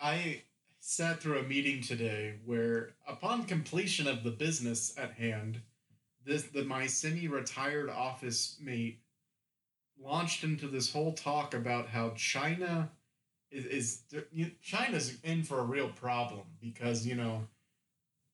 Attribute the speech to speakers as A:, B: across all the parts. A: I sat through a meeting today where, upon completion of the business at hand, this the my semi-retired office mate launched into this whole talk about how China is, is you- China's in for a real problem because you know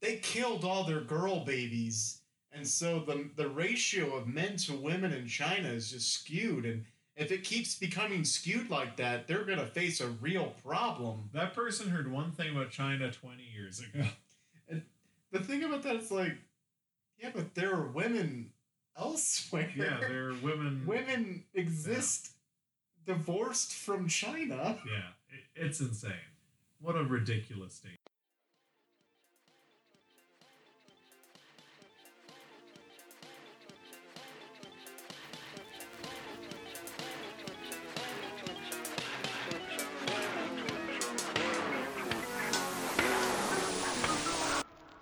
A: they killed all their girl babies and so the the ratio of men to women in China is just skewed and if it keeps becoming skewed like that they're going to face a real problem
B: That person heard one thing about China 20 years ago.
A: the thing about that is like yeah but there are women elsewhere
B: yeah, there are women.
A: women exist divorced from China
B: Yeah, it, it's insane. What a ridiculous state.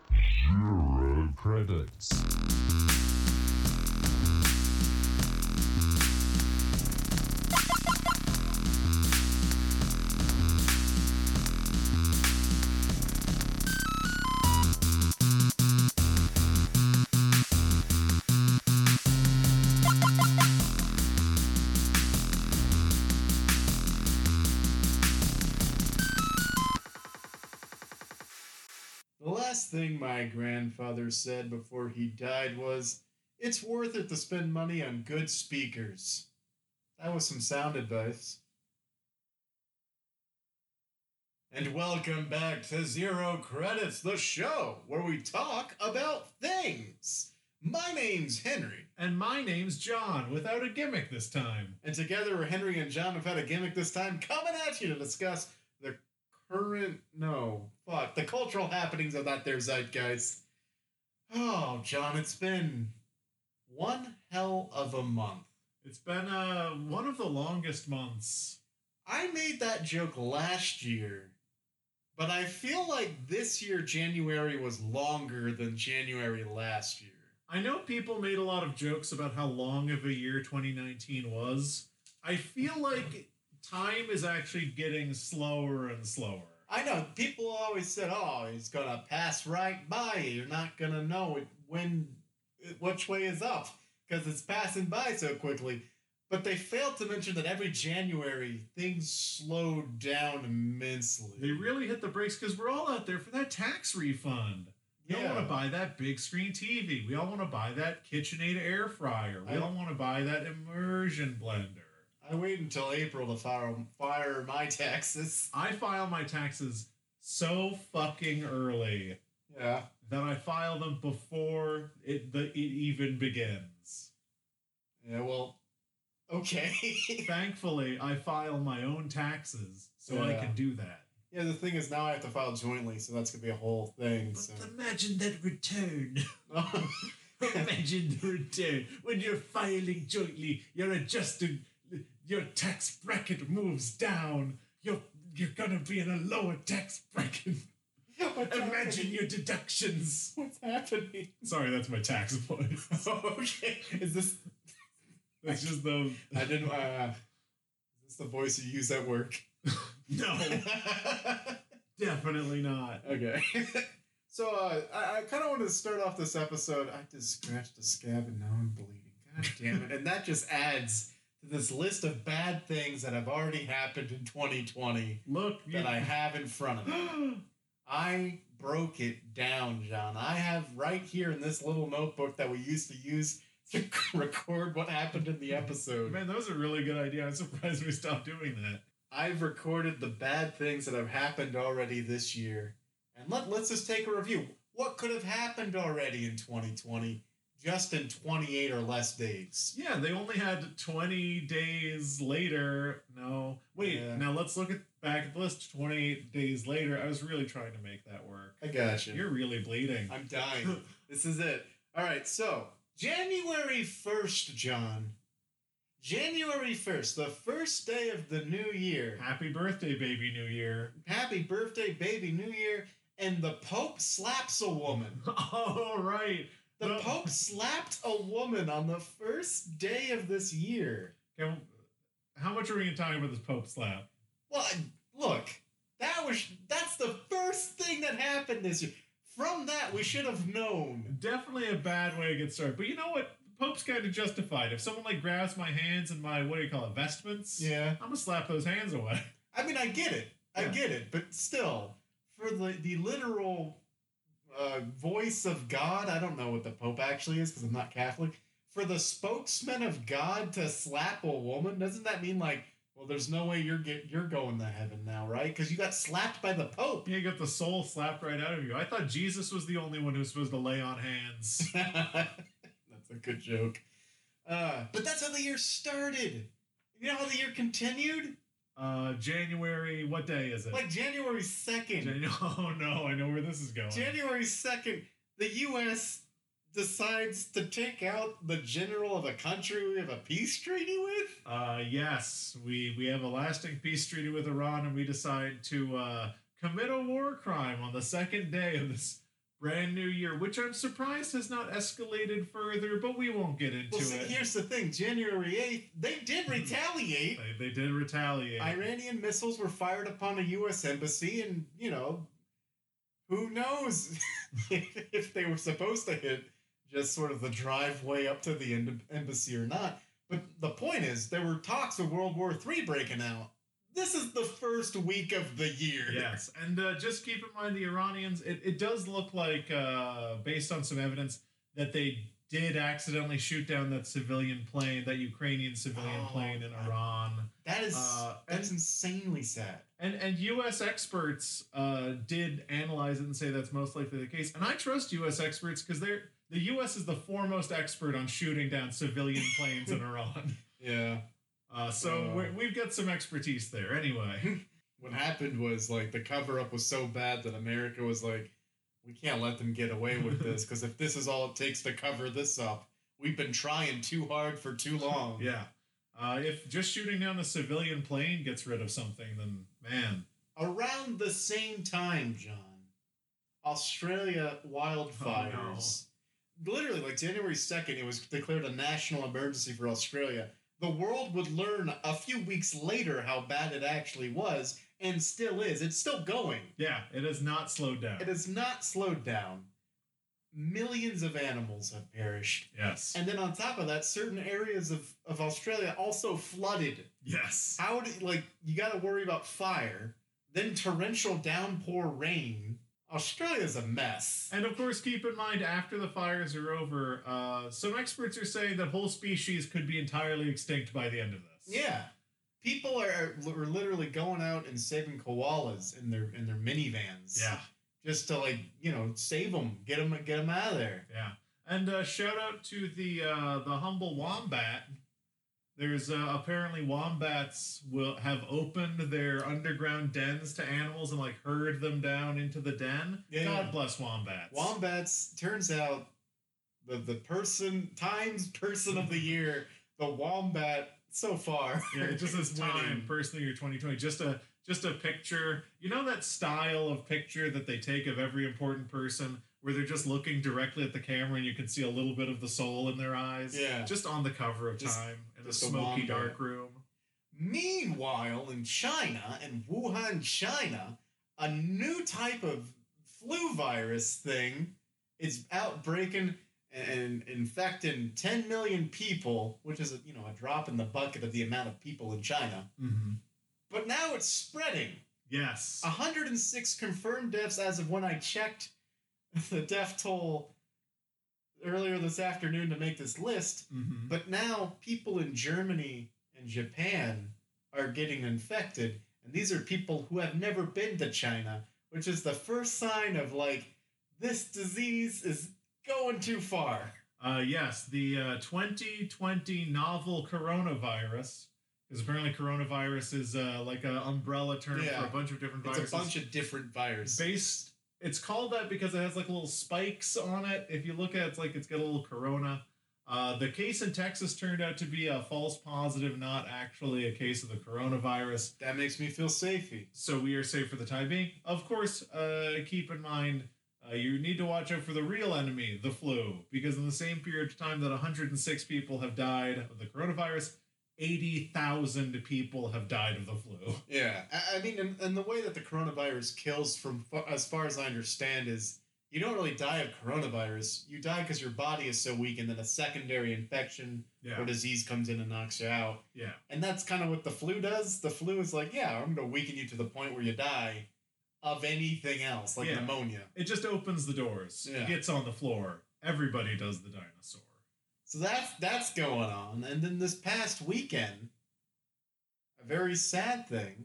C: Zero credits.
A: The last thing my grandfather said before he died was, It's worth it to spend money on good speakers. That was some sound advice. And welcome back to Zero Credits, the show where we talk about things. My name's Henry,
B: And my name's John, without a gimmick this time.
A: and together we're Henry and John have had a gimmick this time coming at you to discuss the current no fuck the cultural happenings of that there zeitgeist. Oh, John, it's been one hell of a month.
B: It's been uh, one of the longest months.
A: I made that joke last year, but I feel like this year January was longer than January last year.
B: I know people made a lot of jokes about how long of a year 2019 was. I feel like time is actually getting slower and slower.
A: I know people always said, "Oh, it's gonna pass right by you. You're not gonna know it when, which way is up, because it's passing by so quickly." But they failed to mention that every January things slowed down immensely.
B: They really hit the brakes because we're all out there for that tax refund. We all want to buy that big screen TV. We all want to buy that KitchenAid air fryer. We
A: I-
B: all want to buy that immersion blender.
A: I wait until April to fire fire my taxes.
B: I file my taxes so fucking early
A: Yeah,
B: that I file them before it the, it even begins.
A: yeah. Well, okay.
B: Thankfully, I file my own taxes so I
A: Yeah.
B: can do that.
A: yeah, the thing is now I have to file jointly, so that's gonna be a whole thing. So.
B: imagine that return. Imagine the return when you're filing jointly. You're adjusting. Your tax bracket moves down. You're you're gonna be in a lower tax bracket.
A: What's
B: Imagine
A: happening?
B: your deductions.
A: What's happening?
B: Sorry, that's my tax voice.
A: okay. Is this
B: That's just the
A: I didn't. Uh, is this the voice you use at work?
B: no, definitely not.
A: okay. so uh, I, I kind of wanted to start off this episode. I just scratched a scab and now I'm bleeding. God damn it! and that just adds to this list of bad things that have already happened in 2020
B: Look, you,
A: that I have in front of me. I broke it down, John. I have right here in this little notebook that we used to use to record what happened in the episode.
B: man, that was a really good idea. I'm surprised we stopped doing that.
A: I've recorded the bad things that have happened already this year. And let, let's just take a review. What could have happened already in 2020 just in 28 or less days?
B: Yeah, they only had 20 days later. No. Wait,
A: Yeah.
B: now let's look at back at the list 28 days later. I was really trying to make that work.
A: I gotcha.
B: You're really bleeding.
A: I'm dying. this is it. All right, so January 1st, John. January 1st, the first day of the new year.
B: Happy birthday, baby new year.
A: Happy birthday, baby, new year. And the Pope slaps a woman.
B: All right.
A: The
B: No.
A: Pope slapped a woman on the first day of this year.
B: Can- How much are we going to talk about this Pope slap?
A: Well, I- look, uh, that was that happened this year. From that, we should have known.
B: Definitely a bad way to get started. But you know what? Pope's kind of justified. If someone like grabs my hands and my what do you call it vestments,
A: Yeah.
B: I'm gonna slap those hands away.
A: I mean, I get it. I
B: Yeah.
A: get it. But still, for the, the literal uh, voice of God, I don't know what the Pope actually is because I'm not Catholic. For the spokesman of God to slap a woman, doesn't that mean like, well, there's no way you're get, you're going to heaven now, right? Because you got slapped by the Pope.
B: You got the soul slapped right out of you. I thought Jesus was the only one who was supposed to lay on hands.
A: that's a good joke. Uh, but that's how the year started. You know how the year continued?
B: Uh, January, what day is it?
A: Like January 2nd.
B: Janu- oh no, I know where this is going.
A: January 2nd, the U.S. decides to take out the general of a country we have a peace treaty with?
B: Uh, yes, we we have a lasting peace treaty with Iran, and we decide to uh, commit a war crime on the second day of this brand new year, which I'm surprised has not escalated further. But we won't get into
A: Well, see,
B: it.
A: here's the thing January 8th, they did retaliate.
B: They, they did retaliate.
A: Iranian missiles were fired upon a U.S. embassy, and, you know, who knows if they were supposed to hit just sort of the driveway up to the end- embassy or not. But the point is, there were talks of World War III breaking out. This is the first week of the year.
B: Yes, and uh, just keep in mind the Iranians. It, it does look like, uh, based on some evidence, that they did accidentally shoot down that civilian plane, that Ukrainian civilian
A: Oh,
B: plane in
A: I-
B: Iran.
A: That is
B: Uh,
A: that's
B: and-
A: insanely sad.
B: And and U.S. experts uh, did analyze it and say that's most likely the case. And I trust U.S. experts because they're the U.S. is the foremost expert on shooting down civilian planes in Iran.
A: Yeah.
B: Uh, so
A: Uh.
B: we're, we've got some expertise there. Anyway,
A: What happened was like the cover up was so bad that America was like, we can't let them get away with this because if this is all it takes to cover this up, we've been trying too hard for too long.
B: yeah. Uh, if just shooting down a civilian plane gets rid of something, then man,
A: Around the same time, John, Australia wildfires. Literally, like January 2nd, it was declared a national emergency for Australia. The world would learn a few weeks later how bad it actually was and still is. It's still going.
B: Yeah, it has not slowed down.
A: It has not slowed down. Millions of animals have perished.
B: Yes.
A: And then on top of that, certain areas of, of Australia also flooded.
B: yes.
A: How do like you gotta worry about fire, then torrential downpour rain. Australia's a mess.
B: And of course, keep in mind after the fires are over, uh, some experts are saying that whole species could be entirely extinct by the end of this.
A: Yeah. People are, are literally going out and saving koalas in their in their minivans.
B: Yeah.
A: Just to like, you know, save them, get them get them out of there.
B: Yeah. And uh, shout out to the uh, the humble wombat. There's uh, apparently wombats will have opened their underground dens to animals and like herd them down into the den.
A: Yeah,
B: God
A: yeah.
B: bless wombats.
A: Wombats turns out the the person Times person of the year, the wombat so far.
B: Yeah, it just
A: is
B: this time, personally, or 2020, just a just a picture. You know that style of picture that they take of every important person, where they're just looking directly at the camera, and you can see a little bit of the soul in their eyes.
A: Yeah.
B: just on the cover of
A: Just-
B: Time in a
A: just a
B: smoky
A: wombat.
B: dark room.
A: Meanwhile, in China, in Wuhan, China, a new type of flu virus thing is outbreaking and infecting 10 million people, which is, a, you know, a drop in the bucket of the amount of people in China.
B: Mm-hmm.
A: But now it's spreading.
B: Yes.
A: 106 confirmed deaths as of when I checked the death toll earlier this afternoon to make this list.
B: Mhm.
A: But now people in Germany and Japan are getting infected. And these are people who have never been to China, which is the first sign of like, this disease is going too far.
B: Uh, yes, the uh, 2020 novel coronavirus. Because apparently coronavirus is uh, like an umbrella term
A: Yeah.
B: for a bunch of different
A: It's
B: viruses.
A: a bunch of different viruses.
B: based it's called that because it has like little spikes on it if you look at it, it's like it's got a little corona uh, the case in texas turned out to be a false positive not actually a case of the coronavirus
A: That makes me feel safey.
B: so we are safe for the time being of course uh, keep in mind uh, you need to watch out for the real enemy the flu because in the same period of time that 106 people have died of the coronavirus 80,000 people have died of the flu.
A: Yeah, I, I mean, and, and the way that the coronavirus kills, from fa- as far as I understand, is you don't really die of coronavirus. You die because your body is so weak, and then a secondary infection or
B: Yeah.
A: disease comes in and knocks you out.
B: Yeah.
A: And that's kind of what the flu does. The flu is like, yeah, I'm going to weaken you to the point where you die of anything else, like
B: Yeah.
A: pneumonia.
B: It just opens the doors.
A: Yeah.
B: It gets on the floor. Everybody does the dinosaur.
A: So that's that's going on. And then this past weekend, a very sad thing.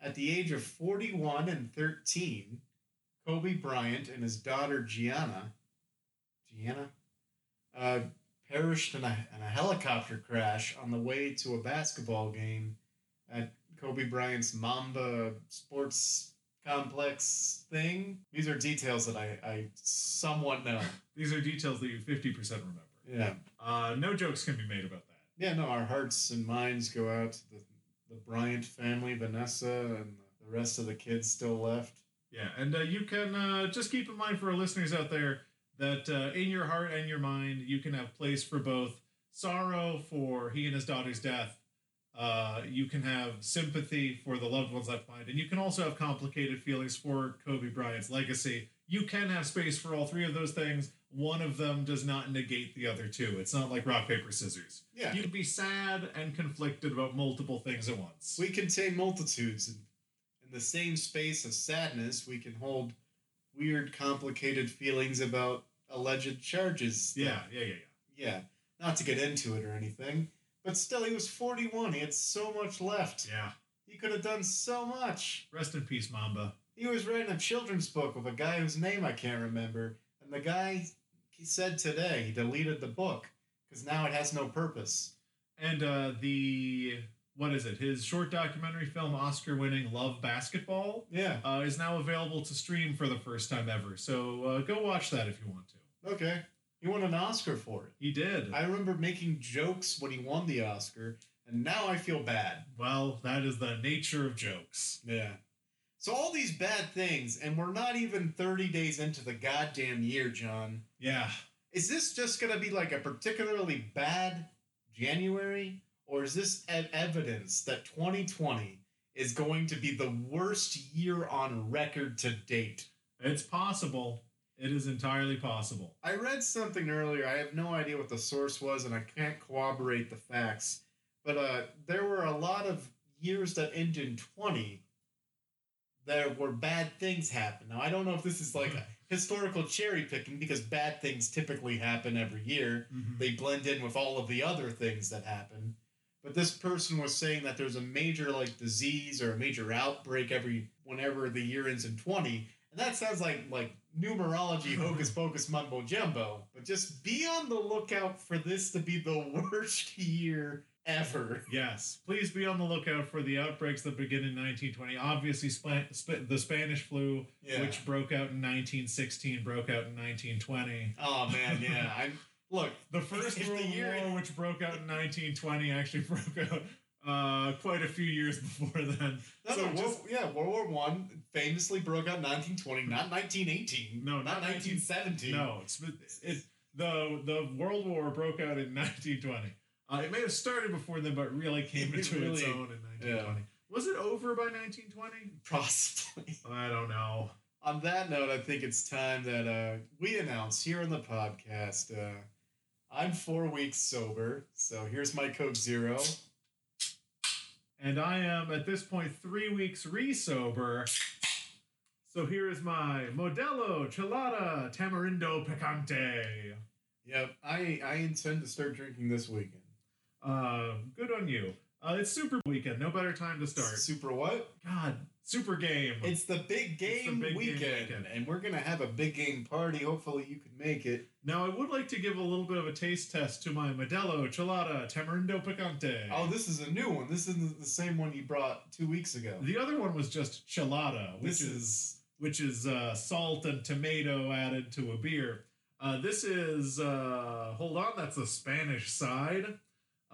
A: At the age of 41 and 13, Kobe Bryant and his daughter Gianna, Gianna, uh, perished in a, in a helicopter crash on the way to a basketball game at Kobe Bryant's Mamba Sports Complex thing. These are details that I, I somewhat know.
B: These are details that you 50% remember.
A: Yeah.
B: Uh, no jokes can be made about that.
A: Yeah, no, our hearts and minds go out to the, the Bryant family, Vanessa, and the rest of the kids still left.
B: Yeah, and uh, you can uh, just keep in mind for our listeners out there that uh, in your heart and your mind, you can have place for both sorrow for he and his daughter's death. Uh, you can have sympathy for the loved ones left behind, and you can also have complicated feelings for Kobe Bryant's legacy. You can have space for all three of those things. One of them does not negate the other two. It's not like rock paper scissors.
A: Yeah.
B: You can be sad and conflicted about multiple things at once.
A: We contain multitudes, and in the same space of sadness, we can hold weird, complicated feelings about alleged charges.
B: yeah, yeah, yeah, yeah.
A: Yeah. Not to get into it or anything, but still, he was 41. He had so much left.
B: Yeah.
A: He could have done so much.
B: Rest in peace, Mamba.
A: he was writing a children's book with a guy whose name I can't remember, and the guy he said today he deleted the book because now it has no purpose.
B: And uh, the what is it? His short documentary film, Oscar-winning Love Basketball,
A: Yeah.
B: uh, is now available to stream for the first time ever. So uh, go watch that if you want to.
A: Okay. He won an Oscar for it.
B: He did.
A: I remember making jokes when he won the Oscar, and now I feel bad.
B: well, that is the nature of jokes.
A: Yeah. So all these bad things, and we're not even 30 days into the goddamn year, John.
B: Yeah.
A: Is this just going to be like a particularly bad January, or is this e- evidence that 2020 is going to be the worst year on record to date?
B: It's possible. It is entirely possible.
A: I read something earlier. I have no idea what the source was, and I can't corroborate the facts. But uh, there were a lot of years that end in 20 there were bad things happen. Now, I don't know if this is like a historical cherry picking because bad things typically happen every year.
B: Mhm.
A: they blend in with all of the other things that happen. But this person was saying that there's a major like disease or a major outbreak every whenever the year ends in 20. And that sounds like like numerology hocus pocus mumbo jumbo. But just be on the lookout for this to be the worst year ever.
B: Yes, please be on the lookout for the outbreaks that begin in 1920. Obviously, Spa- Sp- the Spanish flu,
A: Which
B: which broke out in 1916, broke out in 1920.
A: oh man, yeah. I'm look,
B: The First
A: If the
B: World
A: year-
B: War, which broke out in 1920, actually broke out uh, quite a few years before then.
A: no,
B: So
A: no,
B: just-
A: World- yeah, World War One famously broke out in 1920, not 1918,
B: No,
A: not
B: not 19
A: 1917.
B: No, it's it, the the World War broke out in 1920. Uh, it may have started before then, but really came
A: It
B: into its
A: really-
B: own in 1920. Was it over by 1920?
A: possibly.
B: I don't know.
A: on that note, I think it's time that uh, we announce here on the podcast. Uh, I'm four weeks sober, so here's my Coke Zero.
B: And I am at this point three weeks re sober. So here is my Modelo Chelada Tamarindo Picante.
A: Yep, I I intend to start drinking this weekend.
B: Uh, good on you. Uh, it's Super Weekend. No better time to start.
A: Super what?
B: God, Super Game.
A: It's the big
B: It's the
A: game
B: big game
A: weekend,
B: weekend.
A: and we're gonna have a big game party. Hopefully, you can make it.
B: now, I would like to give a little bit of a taste test to my Modelo Chelada Tamarindo Picante.
A: Oh, this is a new one. This isn't the same one you brought two weeks ago.
B: the other one was just Chelada, which
A: This
B: is,
A: is
B: which is uh, salt and tomato added to a beer. Uh, this is uh, hold on, that's the Spanish side.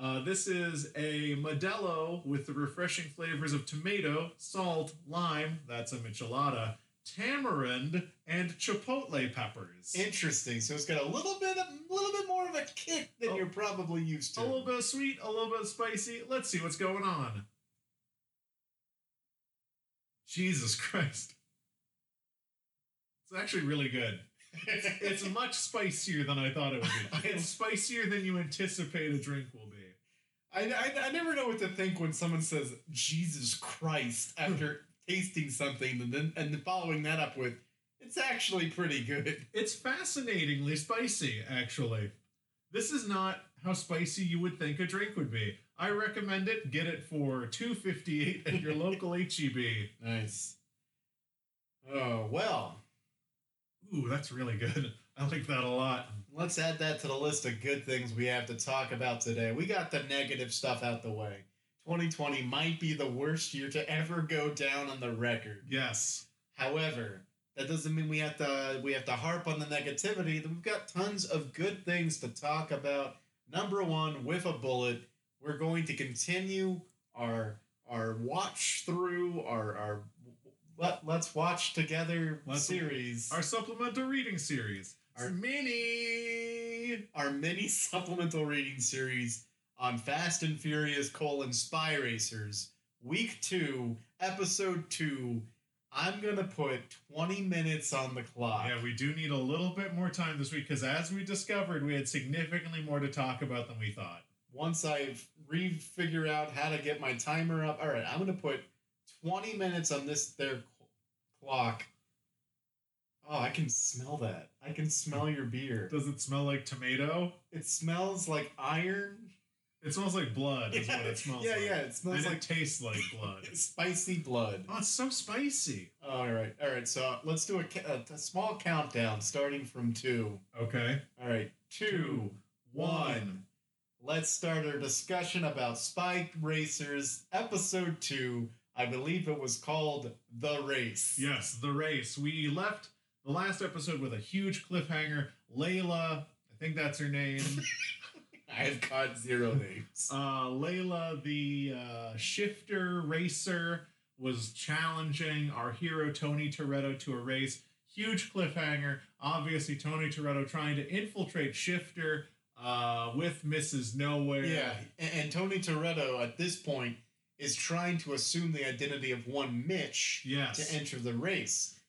B: Uh, this is a Modelo with the refreshing flavors of tomato, salt, lime. That's a michelada, tamarind, and chipotle peppers.
A: Interesting. So it's got a little bit, a little bit more of a kick than
B: Oh.
A: you're probably used to.
B: a little bit sweet, a little bit spicy. Let's see what's going on. Jesus Christ. It's actually really good. It's much spicier than I thought it would be. It's spicier than you anticipate a drink will be.
A: I, I, I never know what to think when someone says Jesus Christ after tasting something and then and then following that up with it's actually pretty good.
B: It's fascinatingly spicy, actually. This is not how spicy you would think a drink would be. I recommend it. Get it for two fifty eight at your local E HEB.
A: Nice. Oh well,
B: Ooh, that's really good. I like that a lot.
A: let's add that to the list of good things we have to talk about today. We got the negative stuff out the way. 2020 might be the worst year to ever go down on the record.
B: Yes.
A: However, that doesn't mean we have to we have to harp on the negativity. We've got tons of good things to talk about. Number one, with a bullet, we're going to continue our our watch through our our let, let's watch together
B: Let's-
A: series
B: Our supplemental reading series.
A: Our-
B: mini.
A: our mini supplemental reading series on Fast and Furious colon Spy Racers, week two, episode two. I'm gonna put 20 minutes on the clock.
B: Yeah, we do need a little bit more time this week because, as we discovered, we had significantly more to talk about than we thought.
A: once I re-figure out how to get my timer up, all right, I'm gonna put 20 minutes on this there cl- clock. Oh, I can smell that. I can smell your beer.
B: Does it smell like tomato?
A: It smells like iron.
B: It smells like blood. Is what
A: yeah,
B: it smells
A: yeah,
B: like.
A: yeah, it
B: And
A: smells
B: it
A: like
B: tastes like blood.
A: spicy blood.
B: Oh, it's so spicy.
A: All right, all right. So let's do a, ca- a, a small countdown, starting from two.
B: Okay.
A: All right, two, one.
B: One.
A: Let's start our discussion about Spike Racers Episode 2. I believe it was called The Race.
B: Yes, the race. We left the last episode with a huge cliffhanger. Layla, I think that's her name.
A: I have caught zero names.
B: uh, Layla, the uh, shifter racer, was challenging our hero Tony Toretto to a race. Huge cliffhanger. Obviously, Tony Toretto trying to infiltrate Shifter uh, with Mrs. Nowhere.
A: yeah, and, and Tony Toretto at this point is trying to assume the identity of one Mitch
B: Yes.
A: to enter the race.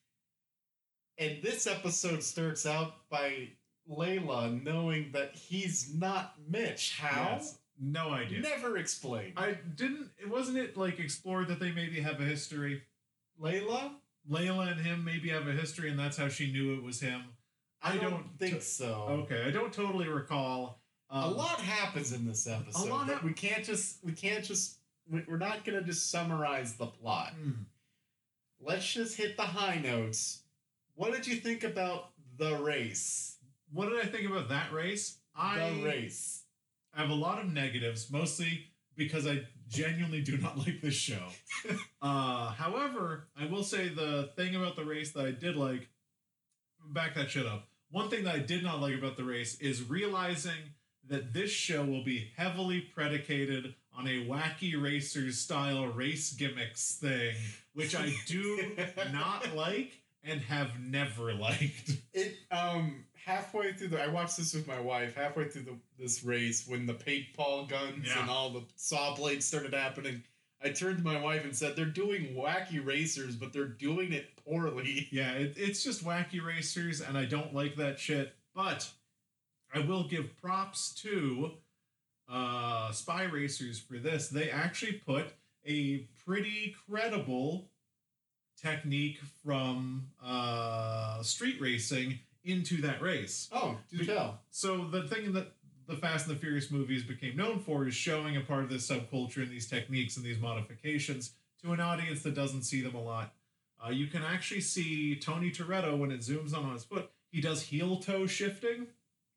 A: And this episode starts out by Layla knowing that he's not Mitch. How?
B: Yes. No idea.
A: Never explained.
B: I didn't. Wasn't it like explored that they maybe have a history?
A: Layla?
B: Layla and him maybe have a history, and that's how she knew it was him. I don't
A: think
B: t- Oh,
A: so.
B: Okay, I don't totally recall.
A: a
B: Um,
A: lot happens in this episode.
B: a lot
A: but
B: hap-
A: we can't just we can't just we- we're not gonna just summarize the plot.
B: hmm.
A: Let's just hit the high notes. What did you think about the race?
B: What did I think about that race?
A: the
B: I
A: race.
B: have a lot of negatives, mostly because I genuinely do not like this show. uh, however, I will say the thing about the race that I did like. Back that shit up. One thing that I did not like about the race is realizing that this show will be heavily predicated on a wacky racers style race gimmicks thing, which I do not like and have never liked.
A: It um halfway through the I watched this with my wife halfway through the, this race when the paintball guns
B: Yeah.
A: and all the saw blades started happening. I turned to my wife and said, "They're doing wacky racers, but they're doing it poorly."
B: Yeah, it, it's just wacky racers, and I don't like that shit. But I will give props to uh, Spy Racers for this. They actually put a pretty credible technique from uh, street racing into that race.
A: Oh, do
B: Be-
A: tell.
B: So the thing that the Fast and the Furious movies became known for is showing a part of this subculture and these techniques and these modifications to an audience that doesn't see them a lot. Uh, you can actually see Tony Toretto when it zooms on on his foot. He does heel toe shifting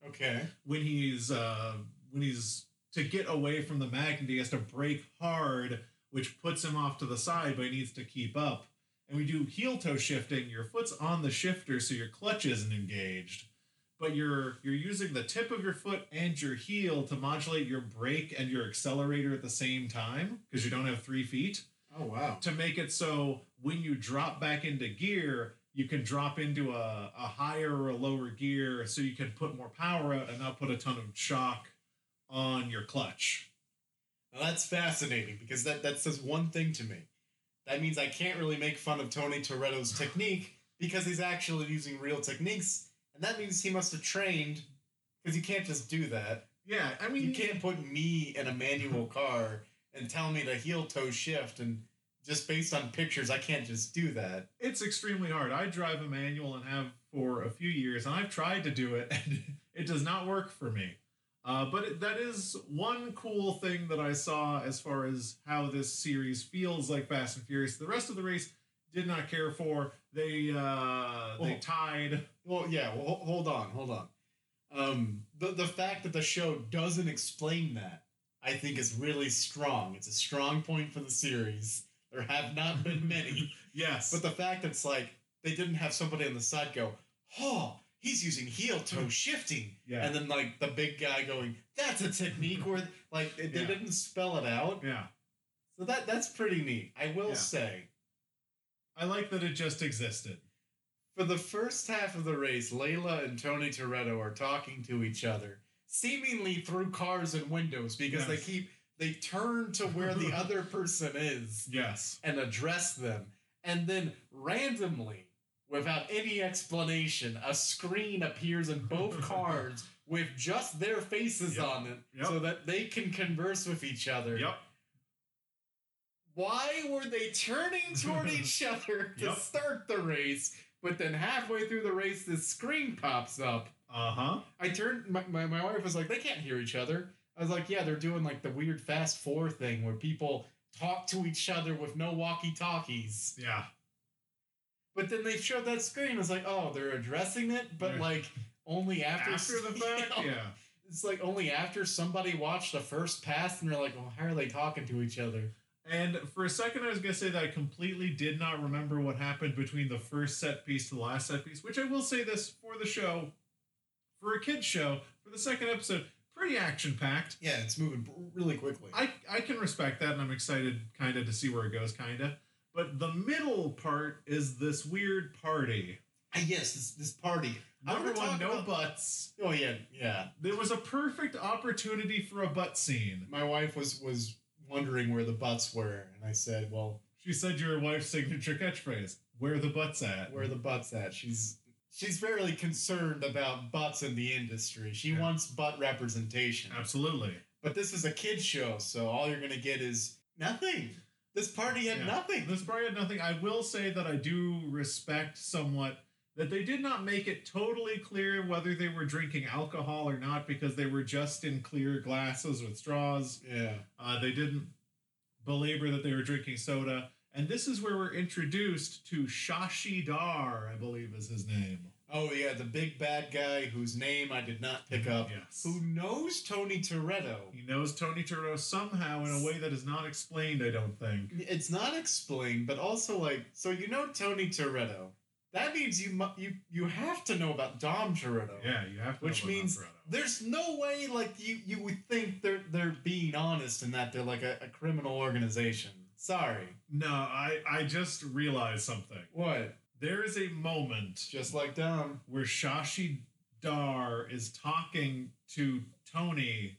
A: Okay.
B: when he's uh, when he's to get away from the magnet. He has to brake hard, which puts him off to the side, but he needs to keep up. And we do heel toe shifting. Your foot's on the shifter, so your clutch isn't engaged, but you're you're using the tip of your foot and your heel to modulate your brake and your accelerator at the same time because you don't have three feet
A: Oh wow.
B: to make it so when you drop back into gear, you can drop into a, a higher or a lower gear so you can put more power out and not put a ton of shock on your clutch.
A: Now that's fascinating because that, that says one thing to me. That means I can't really make fun of Tony Toretto's technique because he's actually using real techniques. And that means he must have trained because you can't just do that.
B: Yeah, I mean,
A: You can't put me in a manual car and tell me to heel toe shift. And just based on pictures, I can't just do that.
B: it's extremely hard. I drive a manual and have for a few years, and I've tried to do it, and it does not work for me. Uh, but it, that is one cool thing that I saw as far as how this series feels like Fast and Furious. The rest of the race did not care for. They uh, they
A: Oh.
B: tied.
A: Well, yeah, well, ho- hold on, hold on. Um, the, the fact that the show doesn't explain that, I think, is really strong. It's a strong point for the series. There have not been many.
B: Yes,
A: But the fact that it's like they didn't have somebody on the side go, oh, he's using heel toe shifting.
B: yeah,
A: And then like the big guy going, that's a technique where like they they
B: Yeah.
A: didn't spell it out.
B: yeah.
A: So that that's pretty neat. I will
B: Yeah.
A: say,
B: I like that it just existed.
A: for the first half of the race, Layla and Tony Toretto are talking to each other, seemingly through cars and windows, because they
B: Yes.
A: keep they turn to where the other person is.
B: Yes.
A: and address them. And then randomly, without any explanation, a screen appears in both cards with just their faces
B: Yep.
A: on it
B: Yep.
A: so that they can converse with each other.
B: Yep.
A: Why were they turning toward each other to
B: Yep.
A: start the race? But then halfway through the race, this screen pops up.
B: Uh huh.
A: I turned, my, my, my wife was like, they can't hear each other. I was like, yeah, they're doing like the weird fast four thing where people talk to each other with no walkie talkies.
B: Yeah.
A: But then they showed that screen. It's like, oh, they're addressing it, but
B: Yeah.
A: like only after,
B: After, the fact.
A: you know,
B: Yeah.
A: It's like only after somebody watched the first pass and they're like, well, how are they talking to each other?
B: And for a second, I was gonna say that I completely did not remember what happened between the first set piece to the last set piece. Which I will say this for the show, for a kids show, for the second episode, pretty action packed.
A: Yeah, it's moving really quickly.
B: I I can respect that, and I'm excited kind of to see where it goes, kind of. But the middle part is this weird party.
A: yes, this, this party. I wanna
B: Number one,
A: talk
B: no
A: about-
B: butts.
A: Oh yeah, yeah.
B: There was a perfect opportunity for a butt scene.
A: My wife was was wondering where the butts were, and I said, well,
B: She said your wife's signature catchphrase, where the butt's at.
A: where are the butts at? She's she's fairly concerned about butts in the industry. She
B: Yeah.
A: wants butt representation.
B: Absolutely.
A: But this is a kid's show, so all you're gonna get is nothing. This party had
B: Yeah.
A: nothing.
B: This probably had nothing. I will say that I do respect somewhat that they did not make it totally clear whether they were drinking alcohol or not because they were just in clear glasses with straws.
A: Yeah.
B: Uh, they didn't belabor that they were drinking soda. And this is where we're introduced to Shashi Dar, I believe is his name.
A: Oh yeah, the big bad guy whose name I did not
B: Mm-hmm.
A: pick up,
B: Yes.
A: who knows Tony Toretto.
B: He knows Tony Turo somehow in a way that is not explained, I don't think.
A: It's not explained, but also like, so you know Tony Toretto. That means you mu- you you have to know about Dom Toretto.
B: Yeah, you have to.
A: Which
B: know about
A: means
B: Alvarado.
A: There's no way like you you would think they're they're being honest in that they're like a, a criminal organization. Sorry.
B: no, I I just realized something.
A: What?
B: There is a moment
A: Just like Dom.
B: where Shashi Dar is talking to Tony,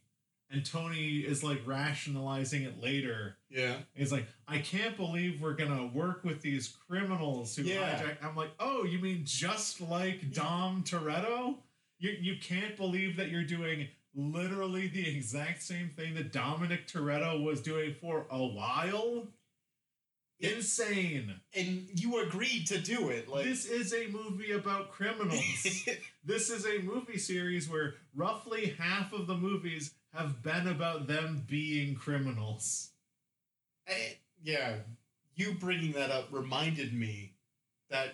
B: and Tony is like rationalizing it later.
A: Yeah.
B: He's like, I can't believe we're gonna work with these criminals who
A: Yeah.
B: hijack. I'm like, oh, you mean just like Dom Toretto? You you can't believe that you're doing literally the exact same thing that Dominic Toretto was doing for a while. Insane.
A: and you agreed to do it. Like
B: this is a movie about criminals. this is a movie series where roughly half of the movies have been about them being criminals.
A: I- yeah, you bringing that up reminded me that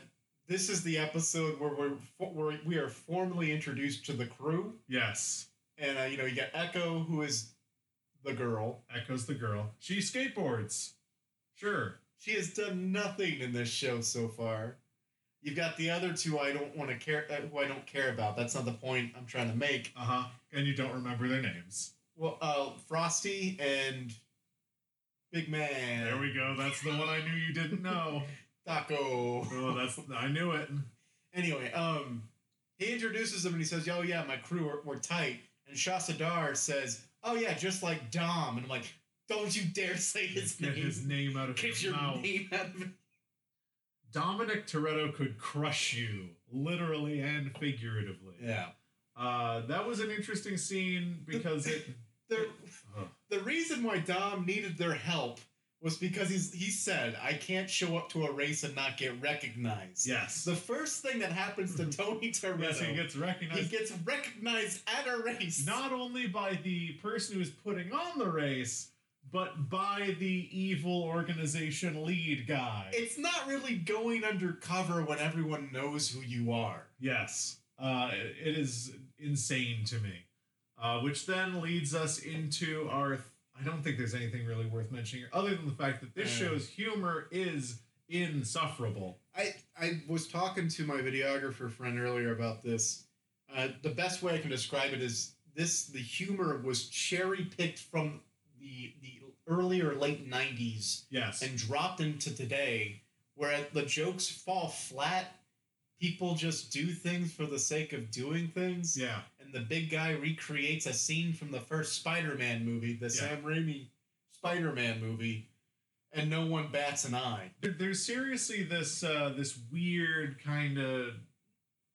A: this is the episode where we're, fo- we're we are formally introduced to the crew,
B: Yes.
A: and uh, you know you got Echo, who is the girl.
B: Echoes the girl. She skateboards. Sure.
A: She has done nothing in this show so far. You've got the other two I don't want to care uh, who I don't care about. That's not the point I'm trying to make.
B: Uh huh. And you don't remember their names.
A: Well, uh, Frosty and Big Man.
B: There we go. That's the one I knew you didn't know.
A: Taco.
B: Oh, that's I knew it.
A: Anyway, um, he introduces him and he says, "Oh yeah, my crew we're, we're tight." And Shahsadar says, "Oh yeah, just like Dom." And I'm like, "Don't you dare say his
B: Get
A: name!
B: his name out of
A: Get
B: his
A: your
B: mouth.
A: name out of it!"
B: Dominic Toretto could crush you, literally and figuratively.
A: Yeah.
B: Uh, that was an interesting scene because it.
A: The
B: Ugh.
A: the reason why Dom needed their help was because he's he said, "I can't show up to a race and not get recognized."
B: yes.
A: The first thing that happens to Tony
B: Yes,
A: Toretto,
B: he gets
A: he
B: recognized
A: gets recognized at a race.
B: not only by the person who is putting on the race, but by the evil organization lead guy.
A: it's not really going undercover when everyone knows who you are.
B: Yes. Uh, it is insane to me. Uh, which then leads us into our. I don't think there's anything really worth mentioning other than the fact that this
A: Yeah.
B: show's humor is insufferable.
A: I I was talking to my videographer friend earlier about this. Uh, the best way I can describe it is this: the humor was cherry picked from the the earlier late '90s
B: Yes.
A: and dropped into today, where the jokes fall flat. People just do things for the sake of doing things,
B: yeah.
A: and the big guy recreates a scene from the first Spider-Man movie, the
B: Yeah.
A: Sam Raimi Spider-Man movie, and no one bats an eye.
B: There- There's seriously this uh, this weird kind of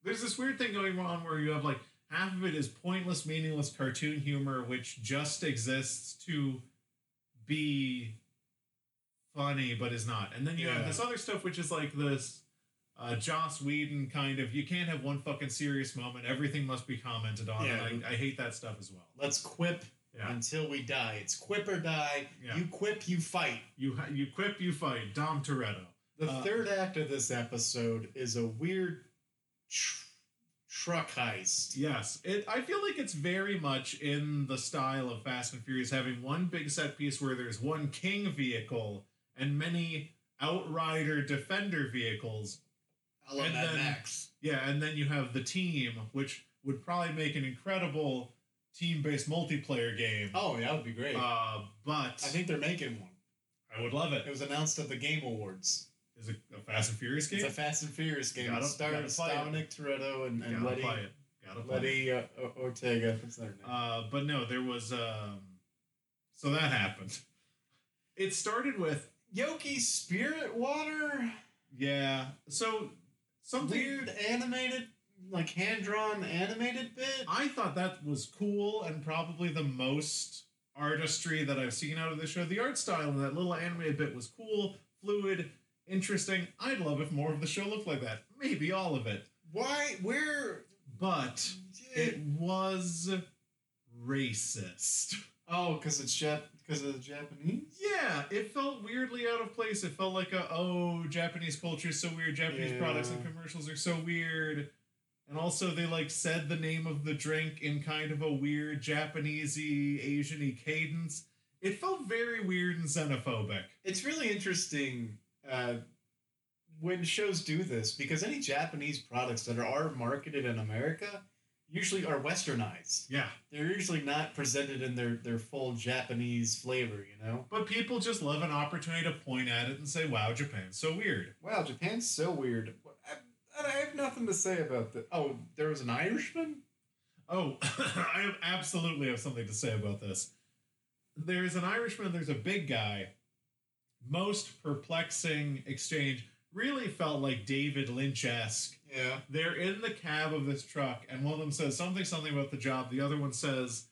B: there's this weird thing going on where you have like half of it is pointless, meaningless cartoon humor which just exists to be funny but is not, and then you have
A: Yeah.
B: this other stuff which is like this uh, Joss Whedon kind of you can't have one fucking serious moment. Everything must be commented on.
A: Yeah.
B: And I, I hate that stuff as well.
A: Let's quip
B: Yeah.
A: until we die. It's quip or die.
B: Yeah.
A: You quip, you fight.
B: You ha- you quip, you fight. Dom Toretto.
A: The
B: Uh,
A: third act of this episode is a weird tr- truck heist.
B: Yes, it. I feel like it's very much in the style of Fast and Furious, having one big set piece where there's one king vehicle and many outrider defender vehicles.
A: I love
B: And
A: that
B: then-
A: Max.
B: Yeah, and then you have the team, which would probably make an incredible team-based multiplayer game.
A: Oh, yeah, that would be great.
B: Uh, but
A: I think they're making one.
B: I would love
A: It
B: it.
A: was announced at the Game Awards.
B: Is it a Fast and Furious game?
A: It's a Fast and Furious game.
B: Gotta-
A: it stars
B: gotta play it.
A: Dominic Toretto and, and
B: Gotta
A: Letty,
B: play it. Gotta play it.
A: Letty uh, O- Ortega. What's their name?
B: Uh, but no, there was. Um, so that happened. It started with
A: Yoki Spirit Water?
B: Yeah. So something
A: Weird animated, like hand drawn animated bit?
B: I thought that was cool and probably the most artistry that I've seen out of the show. The art style and that little animated bit was cool, fluid, interesting. I'd love if more of the show looked like that. Maybe all of it.
A: Why? Where?
B: But it was racist.
A: Oh, because it's Jap- because of the Japanese.
B: Yeah, it felt weirdly out of place. It felt like a oh, Japanese culture is so weird. Japanese
A: Yeah.
B: products and commercials are so weird. And also, they like said the name of the drink in kind of a weird Japanesey, Asiany cadence. It felt very weird and xenophobic.
A: It's really interesting uh, when shows do this because any Japanese products that are, are marketed in America usually are westernized.
B: Yeah,
A: They're usually not presented in their their full Japanese flavor. You know.
B: but people just love an opportunity to point at it and say, "Wow, Japan's so weird."
A: Wow, Japan's so weird. I, I have nothing to say about that. Oh, there was an Irishman.
B: Oh, I have- absolutely have something to say about this. There's an Irishman, there's a big guy. Most perplexing exchange really felt like David Lynch esque.
A: Yeah.
B: They're in the cab of this truck, and one of them says something, something about the job. The other one says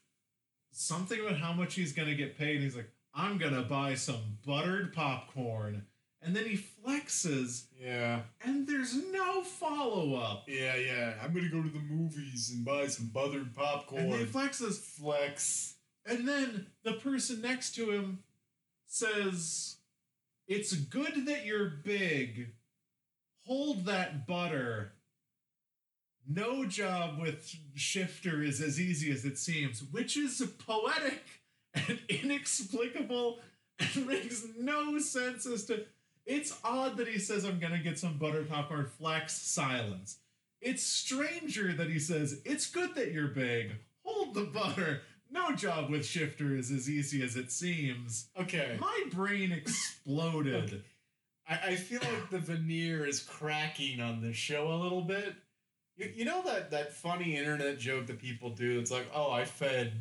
B: something about how much he's going to get paid. And he's like, I'm going to buy some buttered popcorn. And then he flexes,
A: Yeah.
B: and there's no follow up.
A: Yeah. Yeah. I'm gonna go to the movies and buy some buttered popcorn.
B: And then he flexes,
A: Flex.
B: And then the person next to him says, It's good that you're big. Hold that butter. No job with shifter is as easy as it seems, which is poetic and inexplicable and makes no sense as to. It's odd that he says, I'm going to get some butter popcorn, flex silence. It's stranger that he says, It's good that you're big. Hold the butter. No job with shifter is as easy as it seems.
A: Okay.
B: My brain exploded.
A: I, I feel like the veneer is cracking on this show a little bit. You, you know that that funny internet joke that people do that's like, oh, I fed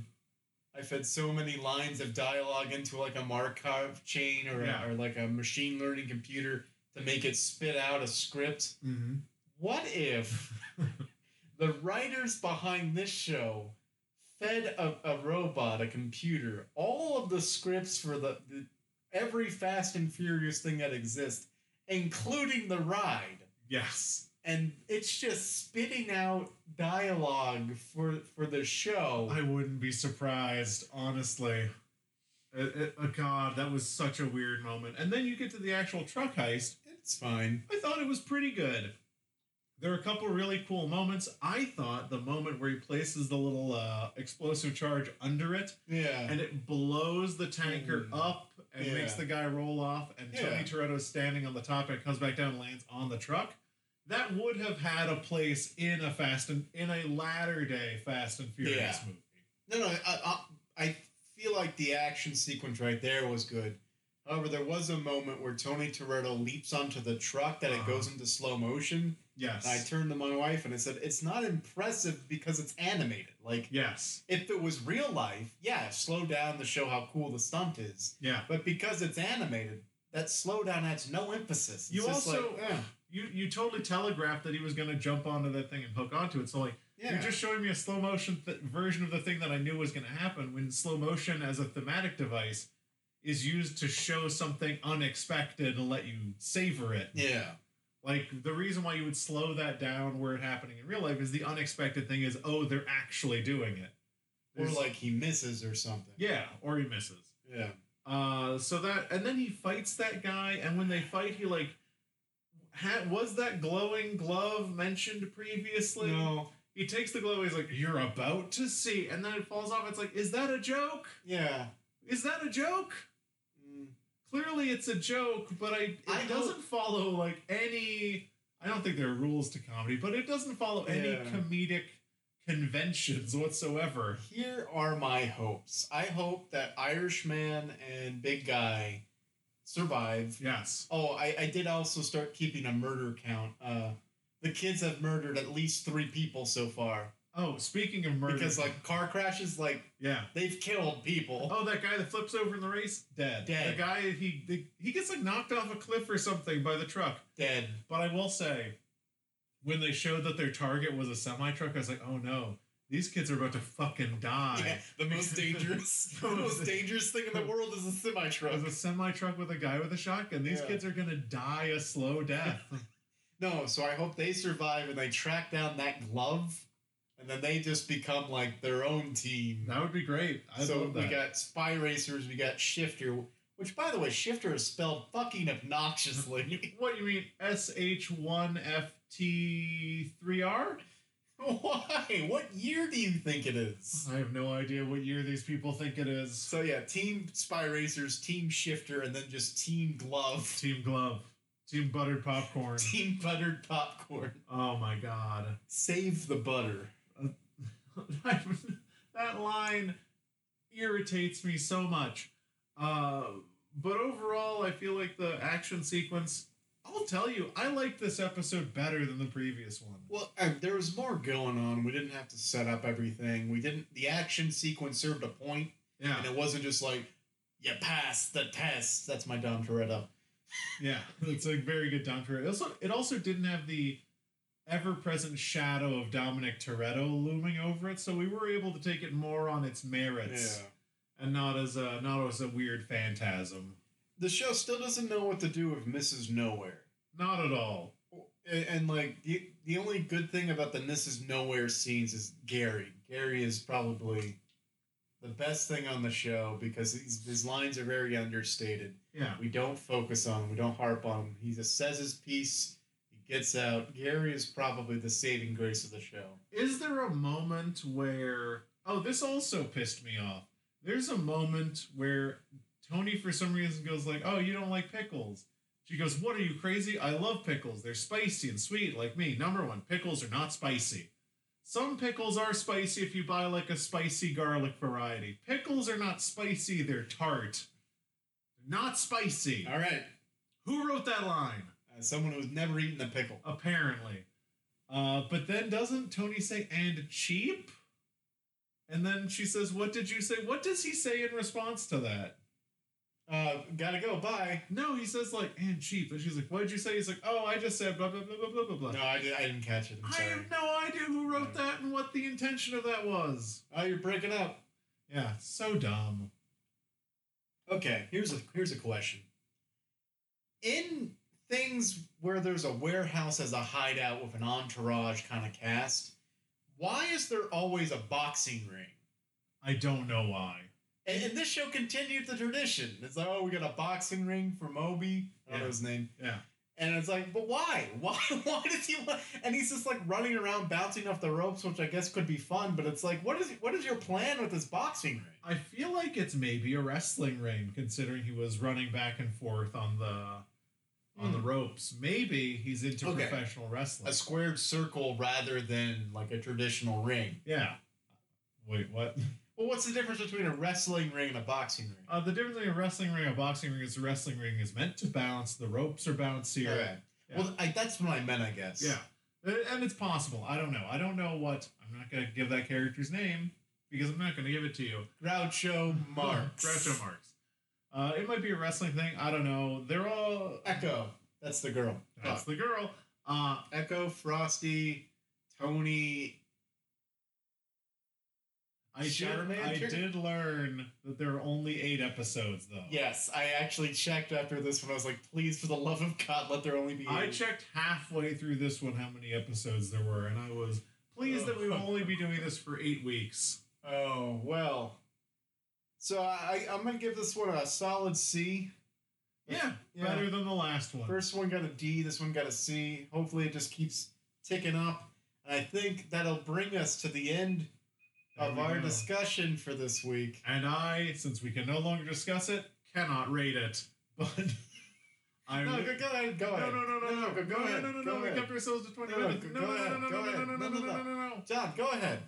A: I fed so many lines of dialogue into like a Markov chain or, a-
B: Yeah.
A: or like a machine learning computer to make it spit out a script.
B: Mm-hmm.
A: What if the writers behind this show fed a, a robot, a computer, all of the scripts for the, the every Fast and Furious thing that exists, including the ride,
B: Yes.
A: and it's just spitting out dialogue for for the show?
B: I wouldn't be surprised, honestly. It- it- oh, God, that was such a weird moment. And then you get to the actual truck heist.
A: it's fine.
B: I thought it was pretty good. There are a couple really cool moments. I thought the moment where he places the little uh, explosive charge under it
A: Yeah.
B: and it blows the tanker
A: Mm.
B: up and
A: Yeah.
B: makes the guy roll off and
A: Yeah.
B: Tony Toretto's standing on the top and it comes back down and lands on the truck. That would have had a place in a fast and in a latter day Fast and Furious
A: Yeah.
B: movie.
A: No, no, I, I, I feel like the action sequence right there was good. However, there was a moment where Tony Toretto leaps onto the truck that it
B: Uh-huh.
A: goes into slow motion.
B: Yes.
A: And I turned to my wife and I said, "It's not impressive because it's animated. Like
B: yes.
A: if it was real life, yeah, slow down to show how cool the stunt is.
B: Yeah.
A: But because it's animated, that slowdown has no emphasis. It's
B: You
A: just
B: also-
A: like, eh,
B: You you totally telegraphed that he was going to jump onto that thing and hook onto it. So like
A: yeah,
B: you're just showing me a slow motion th- version of the thing that I knew was going to happen. When slow motion as a thematic device is used to show something unexpected and let you savor it.
A: yeah,
B: Like the reason why you would slow that down where it happening in real life is the unexpected thing is oh they're actually doing it.
A: or
B: There's-
A: like he misses or something.
B: yeah, or he misses.
A: yeah.
B: Uh, so that and then he fights that guy, and when they fight, he like ha- was that glowing glove mentioned previously?
A: No,
B: He takes the glove. He's like, "You're about to see," and then it falls off. It's like, is that a joke?
A: yeah.
B: Is that a joke?
A: Mm.
B: Clearly, it's a joke, but I it
A: I don't-
B: doesn't follow like any. I don't think there are rules to comedy, but it doesn't follow any
A: Yeah.
B: comedic conventions whatsoever.
A: Here are my hopes. I hope that Irishman and Big Guy survive.
B: Yes.
A: Oh, I, I did also start keeping a murder count. Uh, the kids have murdered at least three people so far.
B: Oh, speaking of murder,
A: Because, like, car crashes, like,
B: yeah.
A: they've killed people.
B: Oh, that guy that flips over in the race, dead.
A: Dead.
B: The guy he the, he gets like knocked off a cliff or something by the truck.
A: Dead.
B: But I will say, when they showed that their target was a semi truck, I was like, oh no, these kids are about to fucking die.
A: Yeah, the most dangerous, the most dangerous thing in the world is a semi
B: It
A: truck.
B: was a semi truck with a guy with a shotgun. These
A: Yeah.
B: kids are gonna die a slow death.
A: No, so I hope they survive and they track down that glove, and then they just become like their own team.
B: that would be great. I
A: so
B: love
A: we
B: that.
A: got Spy Racers, we got Shifter, which by the way, Shifter is spelled fucking obnoxiously.
B: what you mean S H one F T three R?
A: Why? What year do you think it is?
B: I have no idea what year these people think it is.
A: So yeah, Team Spy Racers, Team Shifter, and then just Team Glove,
B: Team glove. Team buttered popcorn.
A: Team Buttered Popcorn.
B: Oh my god.
A: Save the butter.
B: that line irritates me so much. Uh, but overall, I feel like the action sequence, I'll tell you, I like this episode better than the previous one.
A: Well, um, there was more going on. We didn't have to set up everything. We didn't. The action sequence served a point,
B: Yeah,
A: and it wasn't just like you passed the test. That's my Don Toretto.
B: yeah. It's a very good Don Toretto. It also, it also didn't have the ever present shadow of Dominic Toretto looming over it, so we were able to take it more on its merits and not as a, not as a weird phantasm.
A: the show still doesn't know what to do with Mrs. Nowhere.
B: Not at all.
A: And, and, like the the only good thing about the Mrs. Nowhere scenes is Gary. Gary is probably the best thing on the show because his, his lines are very understated.
B: Yeah.
A: We don't focus on him. We don't harp on him. He just says his piece. He gets out. Gary is probably the saving grace of the show.
B: Is there a moment where oh this also pissed me off? There's a moment where Tony for some reason goes like, "Oh, you don't like pickles." She goes, "What are you crazy? I love pickles. They're spicy and sweet like me. Number 1, pickles are not spicy. Some pickles are spicy if you buy like a spicy garlic variety. Pickles are not spicy, they're tart. Not spicy.
A: All right.
B: Who wrote that line?
A: As someone who's never eaten a pickle.
B: Apparently. Uh, but then doesn't Tony say, and cheap? And then she says, what did you say? What does he say in response to that?
A: Uh, gotta go. Bye.
B: No, he says, like, and cheap. And she's like, what did you say? He's like, oh, I just said blah, blah, blah, blah, blah, blah, blah.
A: No, I, did, I didn't catch it. I'm
B: I
A: sorry.
B: have no idea who wrote
A: No.
B: that and what the intention of that was.
A: Oh, you're breaking up.
B: Yeah, so dumb.
A: Okay, here's a here's a question. In things where there's a warehouse as a hideout with an entourage kind of cast, why is there always a boxing ring?
B: I don't know why.
A: And, and this show continued the tradition. It's like, oh, we got a boxing ring for Moby. I don't know
B: Yeah.
A: his name.
B: Yeah.
A: And it's like, but why? Why? Why does he want? And he's just like running around, bouncing off the ropes, which I guess could be fun. But it's like, what is what is your plan with this boxing ring?
B: I feel like it's maybe a wrestling ring, considering he was running back and forth on the on the
A: Hmm.
B: ropes. Maybe he's into
A: Okay.
B: professional wrestling.
A: A squared circle rather than like a traditional ring.
B: yeah. Wait, what?
A: Well, what's the difference between a wrestling ring and a boxing ring?
B: Uh, the difference between a wrestling ring and a boxing ring is a wrestling ring is meant to bounce. The ropes are bouncier.
A: Okay. Well, I, that's what I meant, I guess.
B: Yeah. Uh, And it's possible. I don't know. I don't know what. I'm not going to give that character's name because I'm not going to give it to you.
A: Groucho Marx.
B: Groucho Marx. Uh, it might be a wrestling thing. I don't know. They're all.
A: Echo. That's the girl.
B: That's the girl. Uh,
A: Echo, Frosty, Tony.
B: I did, I
A: Charmander?
B: did learn that there are only eight episodes, though.
A: Yes, I actually checked after this one. I was like, please, for the love of God, let there only be.
B: I
A: eight.
B: checked halfway through this one how many episodes there were, and I was pleased that we will only be doing this for eight weeks.
A: Oh well. So I, I'm gonna give this one a solid C.
B: Yeah,
A: Yeah.
B: better than the last one.
A: First one got a D. This one got a C. Hopefully, it just keeps ticking up. And I think that'll bring us to the end
B: There
A: of
B: we
A: our
B: go.
A: discussion for this week.
B: And I, since we can no longer discuss it, cannot rate it. But I
A: No, go, go ahead. Go
B: no,
A: ahead.
B: no, no, no, no,
A: go, go
B: no,
A: ahead.
B: no, no,
A: go
B: no, We
A: ahead.
B: kept ourselves to twenty
A: No, no,
B: minutes. No,
A: go
B: no, no,
A: ahead, go
B: no, no, no,
A: ahead.
B: no, no,
A: No, no,
B: no, no,
A: no.
B: no, no.
A: John, go ahead.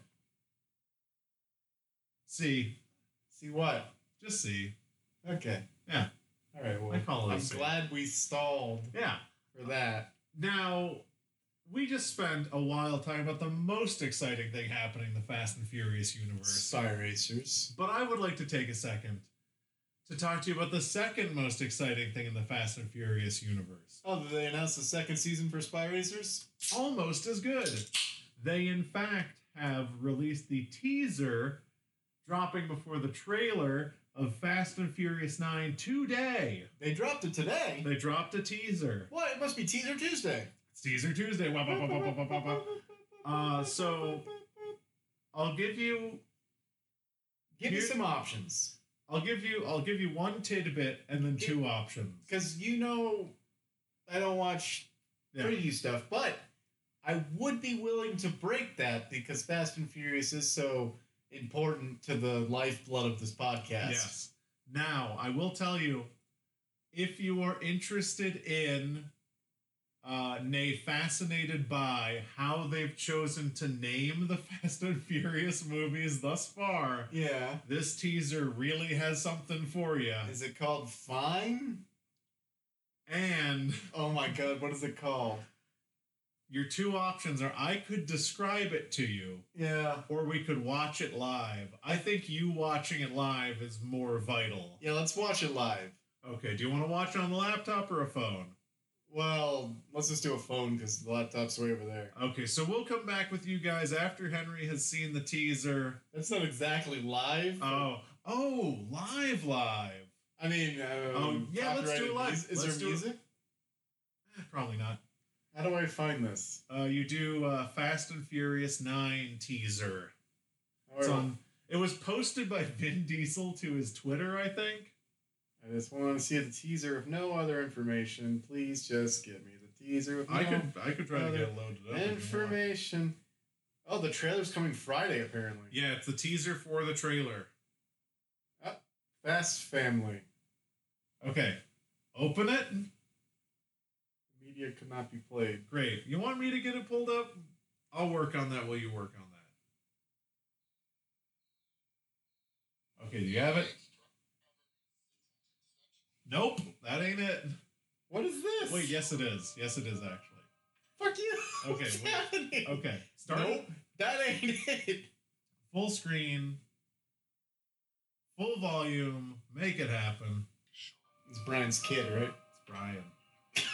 B: See,
A: See what?
B: just see.
A: Okay.
B: Yeah.
A: All right. Well,
B: I call it a Oh,
A: I'm
B: C.
A: glad we stalled
B: Yeah.
A: for that.
B: Now, we just spent a while talking about the most exciting thing happening in the Fast and Furious universe.
A: Spy Racers.
B: But I would like to take a second to talk to you about the second most exciting thing in the Fast and Furious universe.
A: Oh, did they announce the second season for Spy Racers?
B: Almost as good. They, in fact, have released the teaser dropping before the trailer of Fast and Furious 9 today.
A: They dropped it today.
B: They dropped a teaser.
A: What? It must be Teaser Tuesday.
B: It's Teaser Tuesday. Wah, wah, wah, wah, wah, wah, wah. Uh, so- I'll give you
A: give me
B: Here-
A: some options.
B: I'll give you I'll give you one tidbit and then two options.
A: because you know I don't watch
B: Yeah.
A: preview stuff, but I would be willing to break that because Fast and Furious is so important to the lifeblood of this podcast.
B: Yes. Now I will tell you, if you are interested in, uh, nay, fascinated by how they've chosen to name the Fast and Furious movies thus far,
A: Yeah.
B: this teaser really has something for you.
A: Is it called Fine?
B: And
A: Oh my god, what is it called?
B: your two options are: I could describe it to you,
A: Yeah.
B: or we could watch it live. I think you watching it live is more vital.
A: Yeah, let's watch it live.
B: Okay, do you want to watch it on the laptop or a phone?
A: Well, let's just do a phone because the laptop's way over there.
B: Okay, so we'll come back with you guys after Henry has seen the teaser.
A: That's not exactly live.
B: Oh, oh, live, live.
A: I mean, um,
B: Oh, yeah, let's do it
A: copyrighted
B: live.
A: mus- Is
B: Let's do
A: there
B: it-
A: music?
B: Probably not.
A: How do I find this?
B: Uh, you do uh, Fast and Furious Nine teaser. It's
A: Or-
B: on- It was posted by Vin Diesel to his Twitter, I think.
A: I just want to see the teaser with no other information. Please just give me the teaser with no
B: I could, I could try to
A: other
B: get it loaded up. if you want.
A: information. Oh, the trailer's coming Friday, apparently.
B: Yeah, it's the teaser for the trailer.
A: Fast Family.
B: Okay, open it.
A: Media could not be played.
B: Great. You want me to get it pulled up? I'll work on that while you work on that. Okay, do you have it? Nope, that ain't it.
A: What is this?
B: Wait, yes, it is. Yes, it is actually.
A: Fuck you.
B: Okay,
A: What's
B: wait.
A: happening?
B: Okay, start
A: Nope. That ain't it.
B: full screen, full volume. Make it happen.
A: It's Brian's kid, right?
B: It's Brian.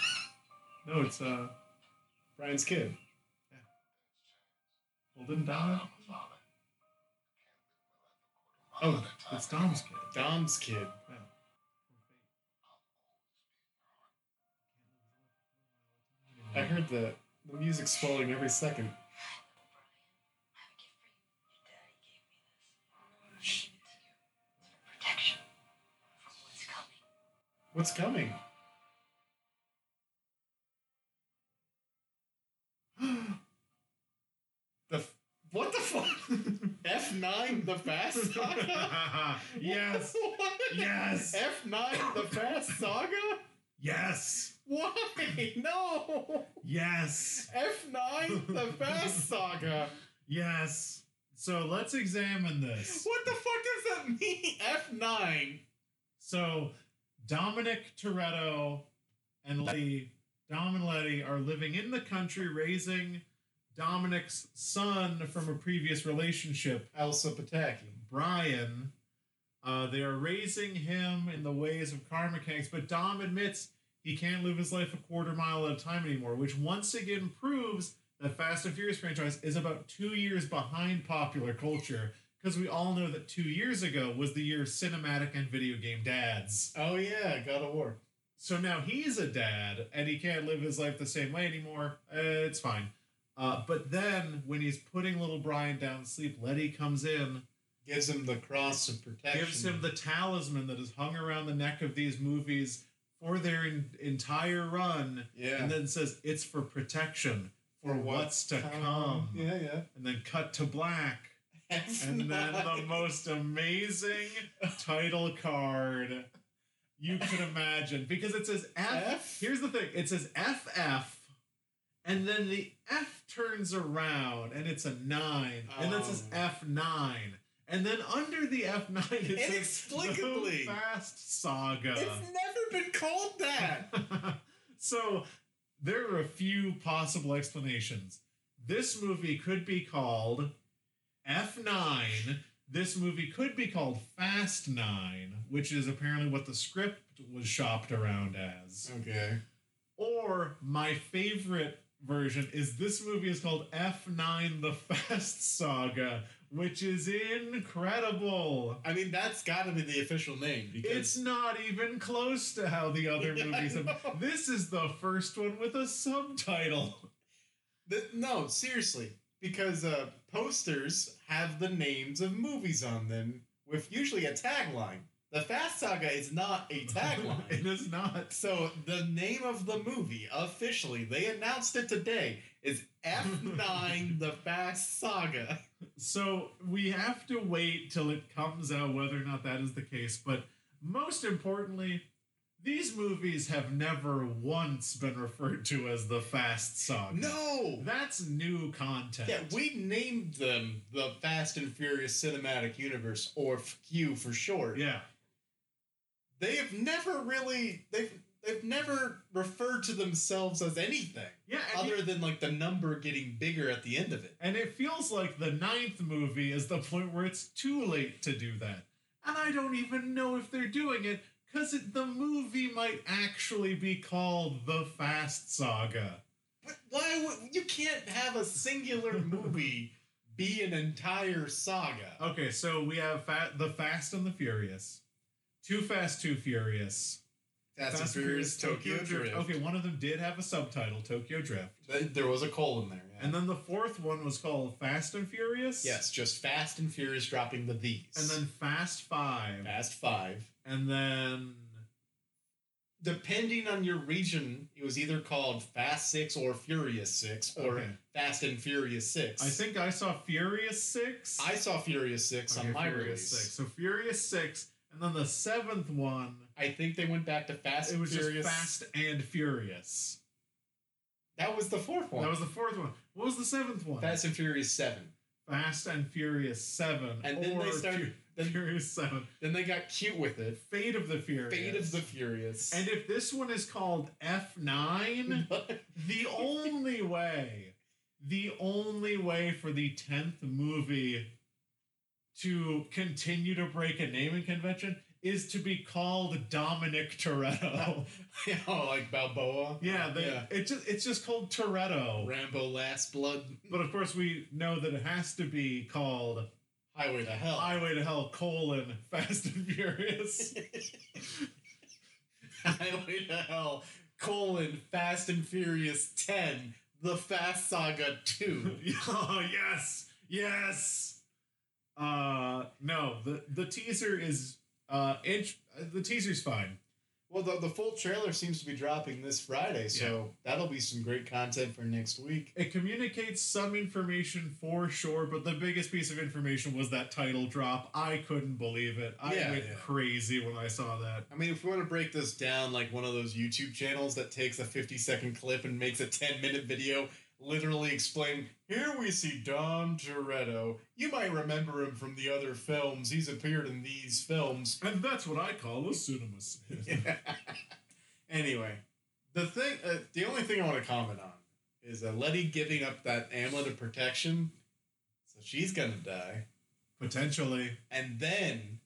B: no, it's uh.
A: Brian's kid.
B: Well, didn't Dom? Oh, it's Dom's kid.
A: Dom's kid.
B: Oh.
A: I heard the, the music swelling every second. What's coming? the f- what the fuck? F nine the fast saga.
B: yes,
A: What?
B: yes,
A: F nine the fast saga.
B: yes,
A: Why? No.
B: yes,
A: F nine the fast saga.
B: yes. So let's examine this.
A: What the fuck does that mean? F nine.
B: So Dominic Toretto and Letty, Dom and Letty are living in the country, raising Dominic's son from a previous relationship,
A: Elsa Pataki.
B: Brian. Uh, they are raising him in the ways of karma kings, but Dom admits he can't live his life a quarter mile at a time anymore, which once again proves that Fast and Furious franchise is about two years behind popular culture. Because we all know that two years ago was the year of cinematic and video game dads.
A: Oh yeah, God of War.
B: So now he's a dad and he can't live his life the same way anymore. Uh, it's fine. Uh, but then when he's putting little Brian down to sleep, Letty comes in,
A: Gives him the cross of protection.
B: gives him the talisman that is hung around the neck of these movies for their en- entire run,
A: yeah.
B: and then says, It's for protection for what's to come.
A: Yeah, yeah.
B: And then cut to black. And then the most amazing title card you could imagine. Because it says F.
A: F?
B: Here's the thing it says FF, and then the F turns around and it's a nine. And then it says
A: Oh.
B: F9. And then under the F9, it says
A: Inexplicably.
B: Slow Fast Saga.
A: it's never been called that.
B: so there are a few possible explanations. This movie could be called F9. This movie could be called Fast Nine, which is apparently what the script was shopped around as.
A: Okay.
B: Or my favorite version is this movie is called F9 The Fast Saga, which is incredible.
A: I mean, that's got to be the official name
B: It's not even close to how the other
A: Yeah, I
B: movies have.
A: know.
B: This is the first one with a subtitle.
A: The- no, seriously, because uh, posters have the names of movies on them with usually a tagline. The Fast Saga is not a
B: it
A: tagline.
B: is not.
A: so the name of the movie officially, they announced it today, is F9 The Fast Saga.
B: So we have to wait till it comes out whether or not that is the case. But most importantly, these movies have never once been referred to as the Fast Saga.
A: No!
B: That's new content.
A: Yeah, we named them the Fast and Furious Cinematic Universe, or FQ for short.
B: yeah.
A: They have never really they've they've never referred to themselves as anything
B: Yeah, and
A: other than like the number getting bigger at the end of it.
B: And it feels like the ninth movie is the point where it's too late to do that. And I don't even know if they're doing it because the movie might actually be called The Fast Saga.
A: But why would you can't have a singular movie be an entire saga?
B: Okay, so we have fa- The Fast and the Furious, Too Fast, Too Furious,
A: Fast, and Furious Tokyo, Drift.
B: Okay, one of them did have a subtitle, Tokyo Drift.
A: Th- There was a colon there. Yeah.
B: And then the fourth one was called Fast and Furious.
A: yes, just Fast and Furious dropping the these.
B: And then Fast Five.
A: Fast Five.
B: And then.
A: depending on your region, it was either called Fast Six or Furious Six or
B: Okay.
A: Fast and Furious Six.
B: I think I saw Furious Six.
A: I saw Furious Six
B: Okay,
A: on my
B: Furious
A: release.
B: Six. So Furious Six, and then the seventh one,
A: I think they went back to Fast
B: it
A: and
B: was
A: Furious.
B: just Fast and Furious.
A: That was the fourth one.
B: That was the fourth one. What was the seventh one?
A: Fast and Furious Seven.
B: Fast and Furious Seven,
A: And then
B: or
A: they start-
B: Fu-
A: then-
B: Furious Seven,
A: Then they got cute with it.
B: Fate of the Furious,
A: Fate of the Furious.
B: And if this one is called F nine, the only way, the only way for the tenth movie to continue to break a naming convention is to be called Dominic Toretto.
A: oh, like Balboa.
B: yeah, they,
A: Yeah.
B: it's just it's just called Toretto.
A: Rambo Last Blood.
B: But of course, we know that it has to be called
A: Highway to Hell.
B: Highway to Hell: colon Fast and Furious.
A: Highway to Hell. Colon Fast and Furious 10. The Fast Saga 2.
B: oh yes, yes. Uh, no, the the teaser is uh, int- the teaser's fine.
A: Well, the, the full trailer seems to be dropping this Friday, so that'll be some great content for next week.
B: It communicates some information for sure, but the biggest piece of information was that title drop. I couldn't believe it. I
A: Yeah,
B: went
A: yeah.
B: crazy when I saw that.
A: I mean, if we want to break this down like one of those YouTube channels that takes a 50 second clip and makes a 10 minute video literally explaining, here we see Dom Toretto. You might remember him from the other films. He's appeared in these films.
B: And that's what I call a cinema.
A: anyway, the thing, uh, the only thing I want to comment on is uh, Letty giving up that amulet of protection. So she's going to die.
B: Potentially,
A: And then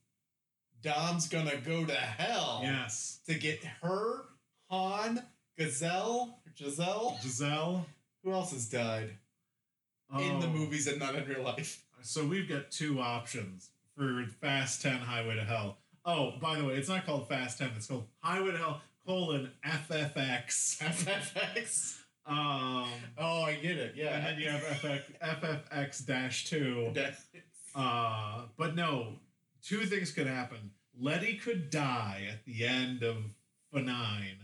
A: Dom's going to go to hell
B: yes.
A: to get her, Han, Gazelle, Giselle.
B: Giselle
A: Who else has died in the
B: oh.
A: movies and not in real life?
B: So we've got two options for Fast 10 Highway to Hell. Oh, by the way, it's not called Fast 10, it's called Highway to Hell colon FFX.
A: FFX.
B: Um,
A: Oh, I get it.
B: and
A: Yeah.
B: then you have FF, FFX dash 2. Uh, but no, two things could happen. Letty could die at the end of Nine,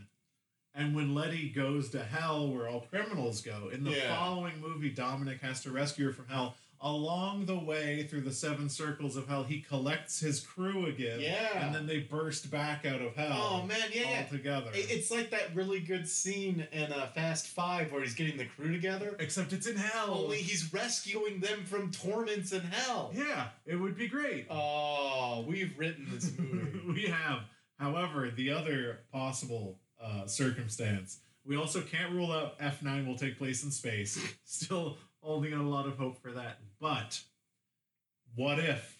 B: And when Letty goes to hell, where all criminals go, in the
A: Yeah.
B: following movie, Dominic has to rescue her from hell. Along the way through the seven circles of hell, he collects his crew again.
A: Yeah.
B: And then they burst back out of hell.
A: Oh, man. Yeah.
B: all
A: yeah.
B: together.
A: It- It's like that really good scene in uh, Fast Five where he's getting the crew together.
B: Except it's in hell.
A: Only he's rescuing them from torments in hell.
B: yeah, it would be great.
A: Oh, we've written this movie.
B: we have. However, the other possible uh, circumstance, we also can't rule out F9 will take place in space. Still holding out a lot of hope for that. But what if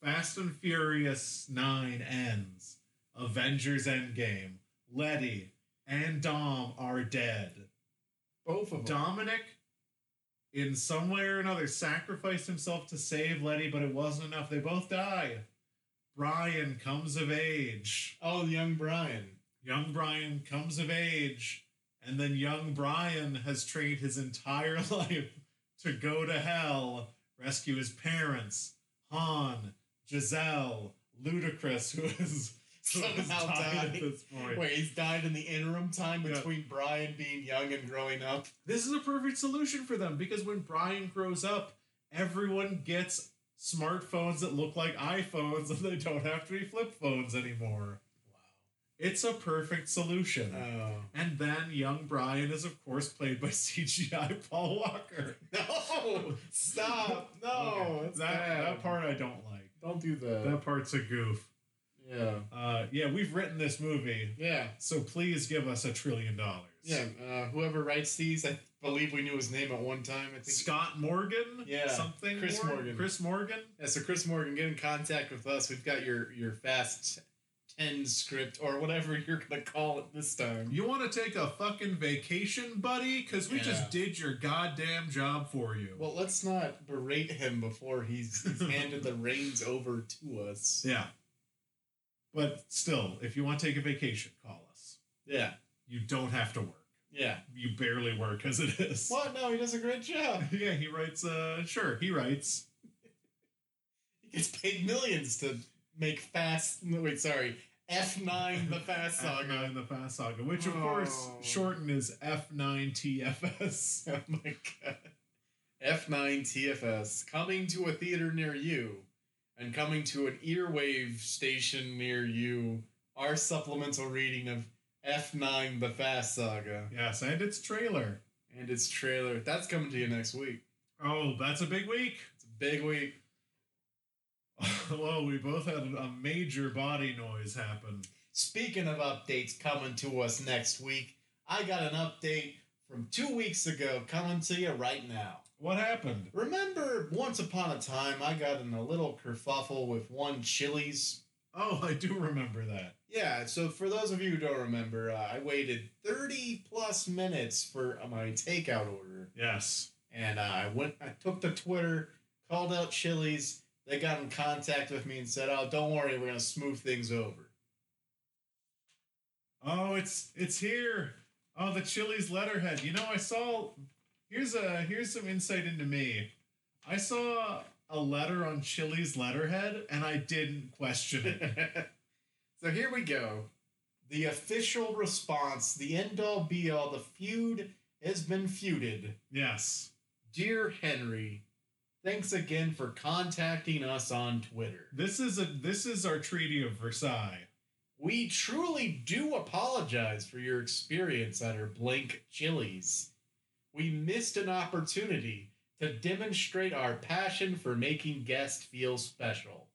B: Fast and Furious 9 ends, Avengers Endgame, Letty, and Dom are dead?
A: Both of them.
B: Dominic, in some way or another, sacrificed himself to save Letty, but it wasn't enough. They both die. Brian comes of age.
A: Oh, young Brian.
B: Young Brian comes of age. And then young Brian has trained his entire life to go to hell, rescue his parents, Han, Giselle, Ludacris, who is who has
A: Somehow
B: died at
A: died.
B: this point.
A: Wait, he's died in the interim time
B: Yeah.
A: between Brian being young and growing up.
B: This is a perfect solution for them because when Brian grows up, everyone gets smartphones that look like iPhones and they don't have to be flip phones anymore. It's a perfect solution.
A: Wow.
B: and then young Brian is, of course, played by CGI Paul Walker.
A: Oh. No! Stop! No!
B: Okay.
A: That's Oh,
B: that,
A: bad.
B: that part I don't like.
A: Don't do that.
B: That part's a goof.
A: Yeah.
B: Uh, yeah, we've written this movie,
A: Yeah.
B: so please give us a trillion dollars.
A: Yeah. Uh, whoever writes these, I believe we knew his name at one time. I think
B: Scott Morgan?
A: Yeah.
B: Something?
A: Chris
B: Mor-
A: Morgan.
B: Chris Morgan?
A: Yeah, so Chris Morgan, get in contact with us. We've got your your fast ten script or whatever you're gonna call it this time.
B: You want to take a fucking vacation, buddy? Because we
A: Yeah.
B: just did your goddamn job for you.
A: Well, let's not berate him before he's, he's handed the reins over to us.
B: yeah. But still, if you want to take a vacation, call us.
A: Yeah,
B: You don't have to work.
A: yeah.
B: You barely work as it is.
A: What? No, he does a great job.
B: Yeah, he writes, uh, sure, he writes.
A: He gets paid millions to make fast. No, wait, sorry. F nine, the fast saga.
B: F9 the Fast Saga, which of course
A: Oh.
B: shortened as F9TFS.
A: Oh my god. F9 TFS coming to a theater near you and coming to an earwave station near you. Our supplemental reading of F9 The Fast Saga
B: yes, and its trailer.
A: and its trailer. That's coming to you next week.
B: Oh, that's a big week.
A: It's a big week.
B: Whoa, we both had a major body noise happen.
A: Speaking of updates coming to us next week, I got an update from two weeks ago coming to you right now.
B: What happened?
A: Remember, once upon a time, I got in a little kerfuffle with one Chili's.
B: Oh, I do remember that.
A: Yeah, so for those of you who don't remember, uh, I waited 30 plus minutes for my takeout order.
B: Yes.
A: And uh, I went, I took the Twitter, called out Chili's. They got in contact with me and said, "Oh, don't worry, we're gonna smooth things over."
B: Oh, it's it's here. Oh, the Chili's letterhead. You know, I saw. Here's a here's some insight into me. I saw a letter on Chili's letterhead, and I didn't question it.
A: so here we go. The official response, the end all be all, the feud has been feuded.
B: yes.
A: Dear Henry, thanks again for contacting us on Twitter.
B: This is a this is our Treaty of Versailles.
A: We truly do apologize for your experience at our blank chilies. We missed an opportunity to demonstrate our passion for making guests feel special.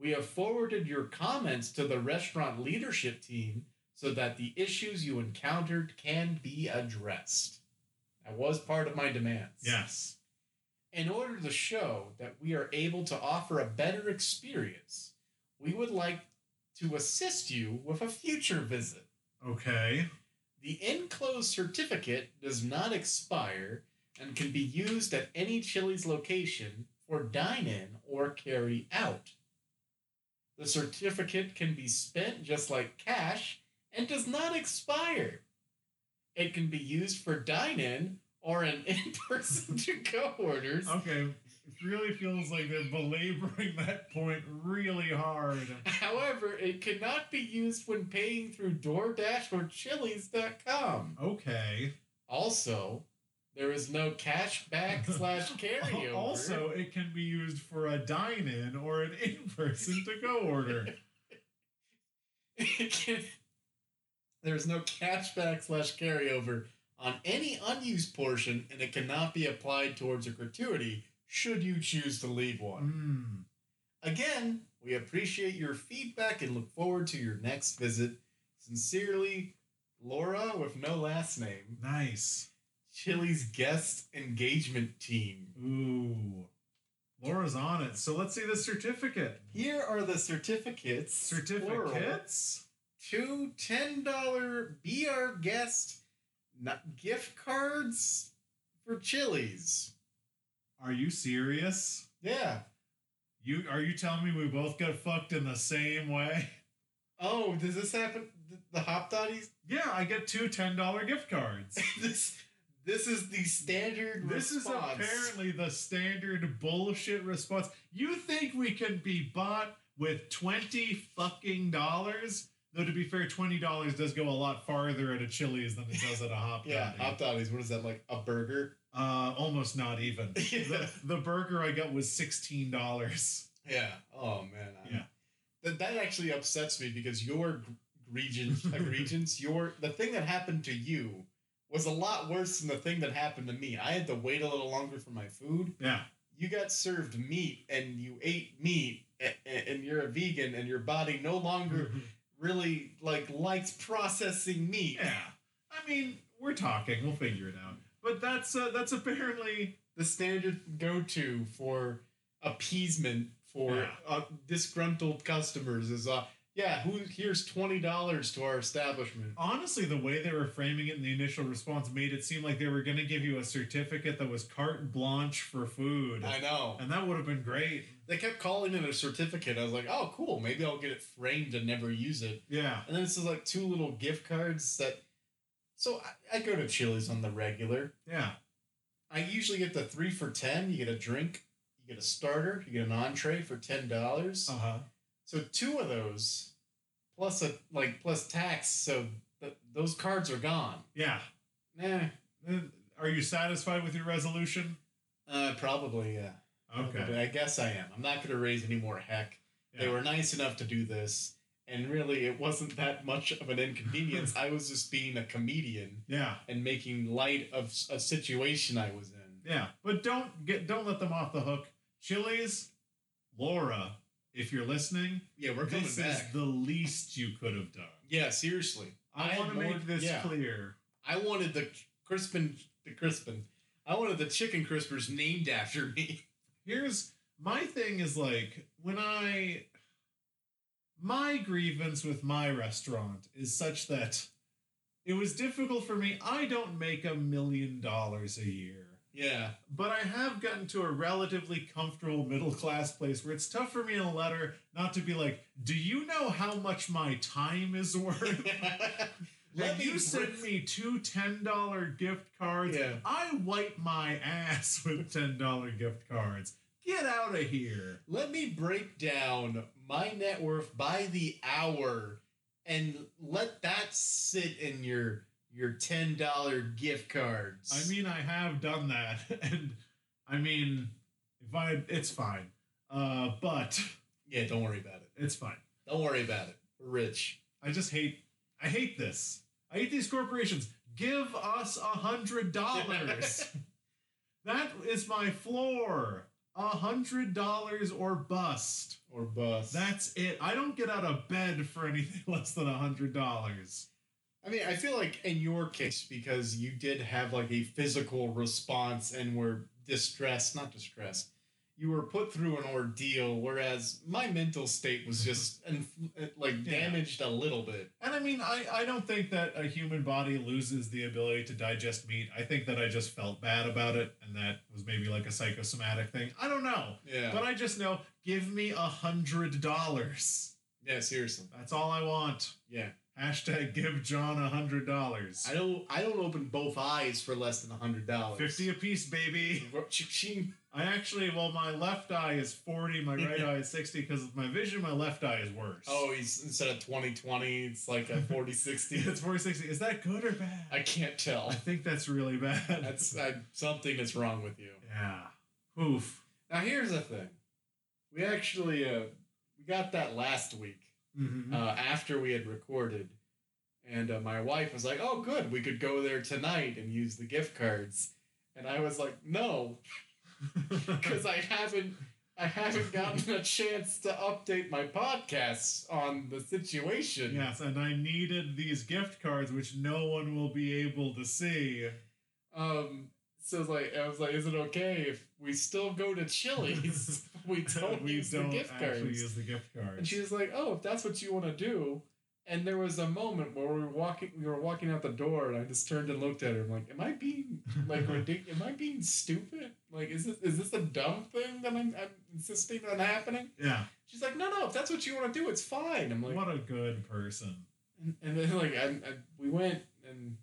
A: We have forwarded your comments to the restaurant leadership team so that the issues you encountered can be addressed. That was part of my demands.
B: Yes.
A: In order to show that we are able to offer a better experience, we would like to assist you with a future visit.
B: Okay.
A: The enclosed certificate does not expire and can be used at any Chili's location for dine in or carry out. The certificate can be spent just like cash and does not expire. It can be used for dine in or an in person to go orders.
B: Okay. It really feels like they're belaboring that point really hard.
A: However, it cannot be used when paying through DoorDash or Chili's.com.
B: Okay.
A: Also, there is no cashback slash carryover.
B: Also, it can be used for a dine in or an in person to go order.
A: It can- there is no cashback slash carryover on any unused portion, and it cannot be applied towards a gratuity should you choose to leave one.
B: Mm.
A: Again, we appreciate your feedback and look forward to your next visit. Sincerely, Laura with no last name.
B: Nice.
A: Chili's guest engagement team.
B: Ooh. Laura's on it. So let's see the certificate.
A: Here are the certificates. plural,
B: Certificates?
A: Two $10 Be Our Guest not gift cards for Chili's.
B: Are you serious?
A: Yeah.
B: You are you telling me we both got fucked in the same way?
A: Oh, does this happen? th- The Hop Dotties?
B: Yeah, I get two $10 gift cards.
A: this, this is the standard
B: This is
A: response.
B: apparently the standard bullshit response. You think we can be bought with 20 fucking dollars? Though to be fair, $20 does go a lot farther at a Chili's than it does at a Hop
A: Yeah,
B: Dotty.
A: Hop Dotties. What is that, like a burger?
B: Uh, almost not even.
A: Yeah.
B: the, the burger I got was sixteen dollars.
A: Yeah. Oh, man. I-
B: Yeah.
A: That, that actually upsets me because your region, egregious, your the thing that happened to you was a lot worse than the thing that happened to me. I had to wait a little longer for my food.
B: Yeah,
A: You got served meat and you ate meat, a- a- and you're a vegan, and your body no longer really like likes processing meat.
B: yeah. I mean, we're talking. We'll figure it out. But that's uh, that's apparently
A: The standard go-to for appeasement for
B: Yeah.
A: uh, disgruntled customers is, uh, yeah, who here's twenty dollars to our establishment.
B: honestly the way they were framing it in the initial response made it seem like they were going to give you a certificate that was carte blanche for food,
A: I know.
B: and that would have been great.
A: They kept calling it a certificate. I was like, oh, cool. Maybe I'll get it framed and never use it.
B: Yeah.
A: And then it's just like two little gift cards that. So I, I go to Chili's on the regular.
B: Yeah,
A: I usually get the three for 10. You get a drink, you get a starter, you get an entree for $10.
B: uh
A: Uh-huh.
B: huh.
A: So two of those plus a like plus tax. So th- those cards are gone.
B: Yeah.
A: Nah.
B: Uh, Are you satisfied with your resolution?
A: Uh, probably, yeah.
B: Okay.
A: Probably. I guess I am. I'm not going to raise any more heck. They
B: Yeah.
A: were nice enough to do this, and really, it wasn't that much of an inconvenience. I was just being a comedian
B: Yeah.
A: and making light of s- a situation I was in.
B: Yeah, but don't get don't let them off the hook. Chili's, Laura, if you're listening,
A: Yeah, we're coming
B: this
A: back.
B: is the least you could have done.
A: yeah, seriously. I
B: I
A: had
B: want to
A: more-
B: make this
A: yeah.
B: clear.
A: I wanted the Crispin, the Crispin. I wanted the chicken crispers named after me.
B: Here's my thing is like when I my grievance with my restaurant is such that it was difficult for me. I don't make a million dollars a year.
A: Yeah,
B: but I have gotten to a relatively comfortable middle class place where it's tough for me in a letter not to be like, do you know how much my time is worth?
A: Let
B: Let
A: me
B: you
A: bring-
B: send me two $10 gift cards.
A: Yeah.
B: I wipe my ass with $10 gift cards. Get out of here.
A: Let me break down my net worth by the hour, and let that sit in your your ten dollar gift cards.
B: I mean, I have done that. And I mean, if I, it's fine. Uh, but
A: yeah, don't worry about it.
B: it's fine.
A: Don't worry about it. We're rich.
B: I just hate I hate this. I hate these corporations. Give us a hundred dollars. that is my floor. A hundred dollars or bust.
A: Or bust.
B: That's it. I don't get out of bed for anything less than a hundred dollars.
A: I mean, I feel like in your case, because you did have like a physical response and were distressed, not distressed, you were put through an ordeal, whereas my mental state was just inf- like
B: Yeah.
A: damaged a little bit.
B: And I mean, I, I don't think that a human body loses the ability to digest meat. I think that I just felt bad about it, and that was maybe like a psychosomatic thing. I don't know.
A: Yeah.
B: But I just know, give me a hundred dollars.
A: yeah, seriously.
B: That's all I want.
A: Yeah.
B: Hashtag give John a hundred dollars.
A: I don't I don't open both eyes for less than a hundred dollars.
B: Fifty apiece, baby. I actually, well, my left eye is forty, my right eye is sixty because of my vision. My left eye is worse.
A: Oh, he's instead of 2020, it's like a 40 60.
B: it's forty sixty. Is that good or bad?
A: I can't tell.
B: I think that's really bad.
A: That's I, something that's wrong with you.
B: yeah. Oof.
A: Now here's the thing. We actually uh, we got that last week
B: Mhm.
A: uh, after we had recorded, and uh, my wife was like, "Oh, good, we could go there tonight and use the gift cards," and I was like, "No, because I haven't." I haven't gotten a chance to update my podcasts on the situation.
B: yes, and I needed these gift cards, which no one will be able to see.
A: Um, so it's like I was like, is it okay if we still go to Chili's? we don't
B: we
A: use
B: don't
A: the gift
B: actually
A: cards.
B: use the gift cards.
A: And she was like, "Oh, if that's what you want to do." And there was a moment where we were walking, we were walking out the door, and I just turned and looked at her. I'm like, "Am I being like ridiculous? Am I being stupid? Like, is this is this a dumb thing that I'm, I'm insisting on happening?"
B: yeah.
A: She's like, "No, no, if that's what you want to do, it's fine." I'm like,
B: what a good person.
A: and, and then like I, I, we went and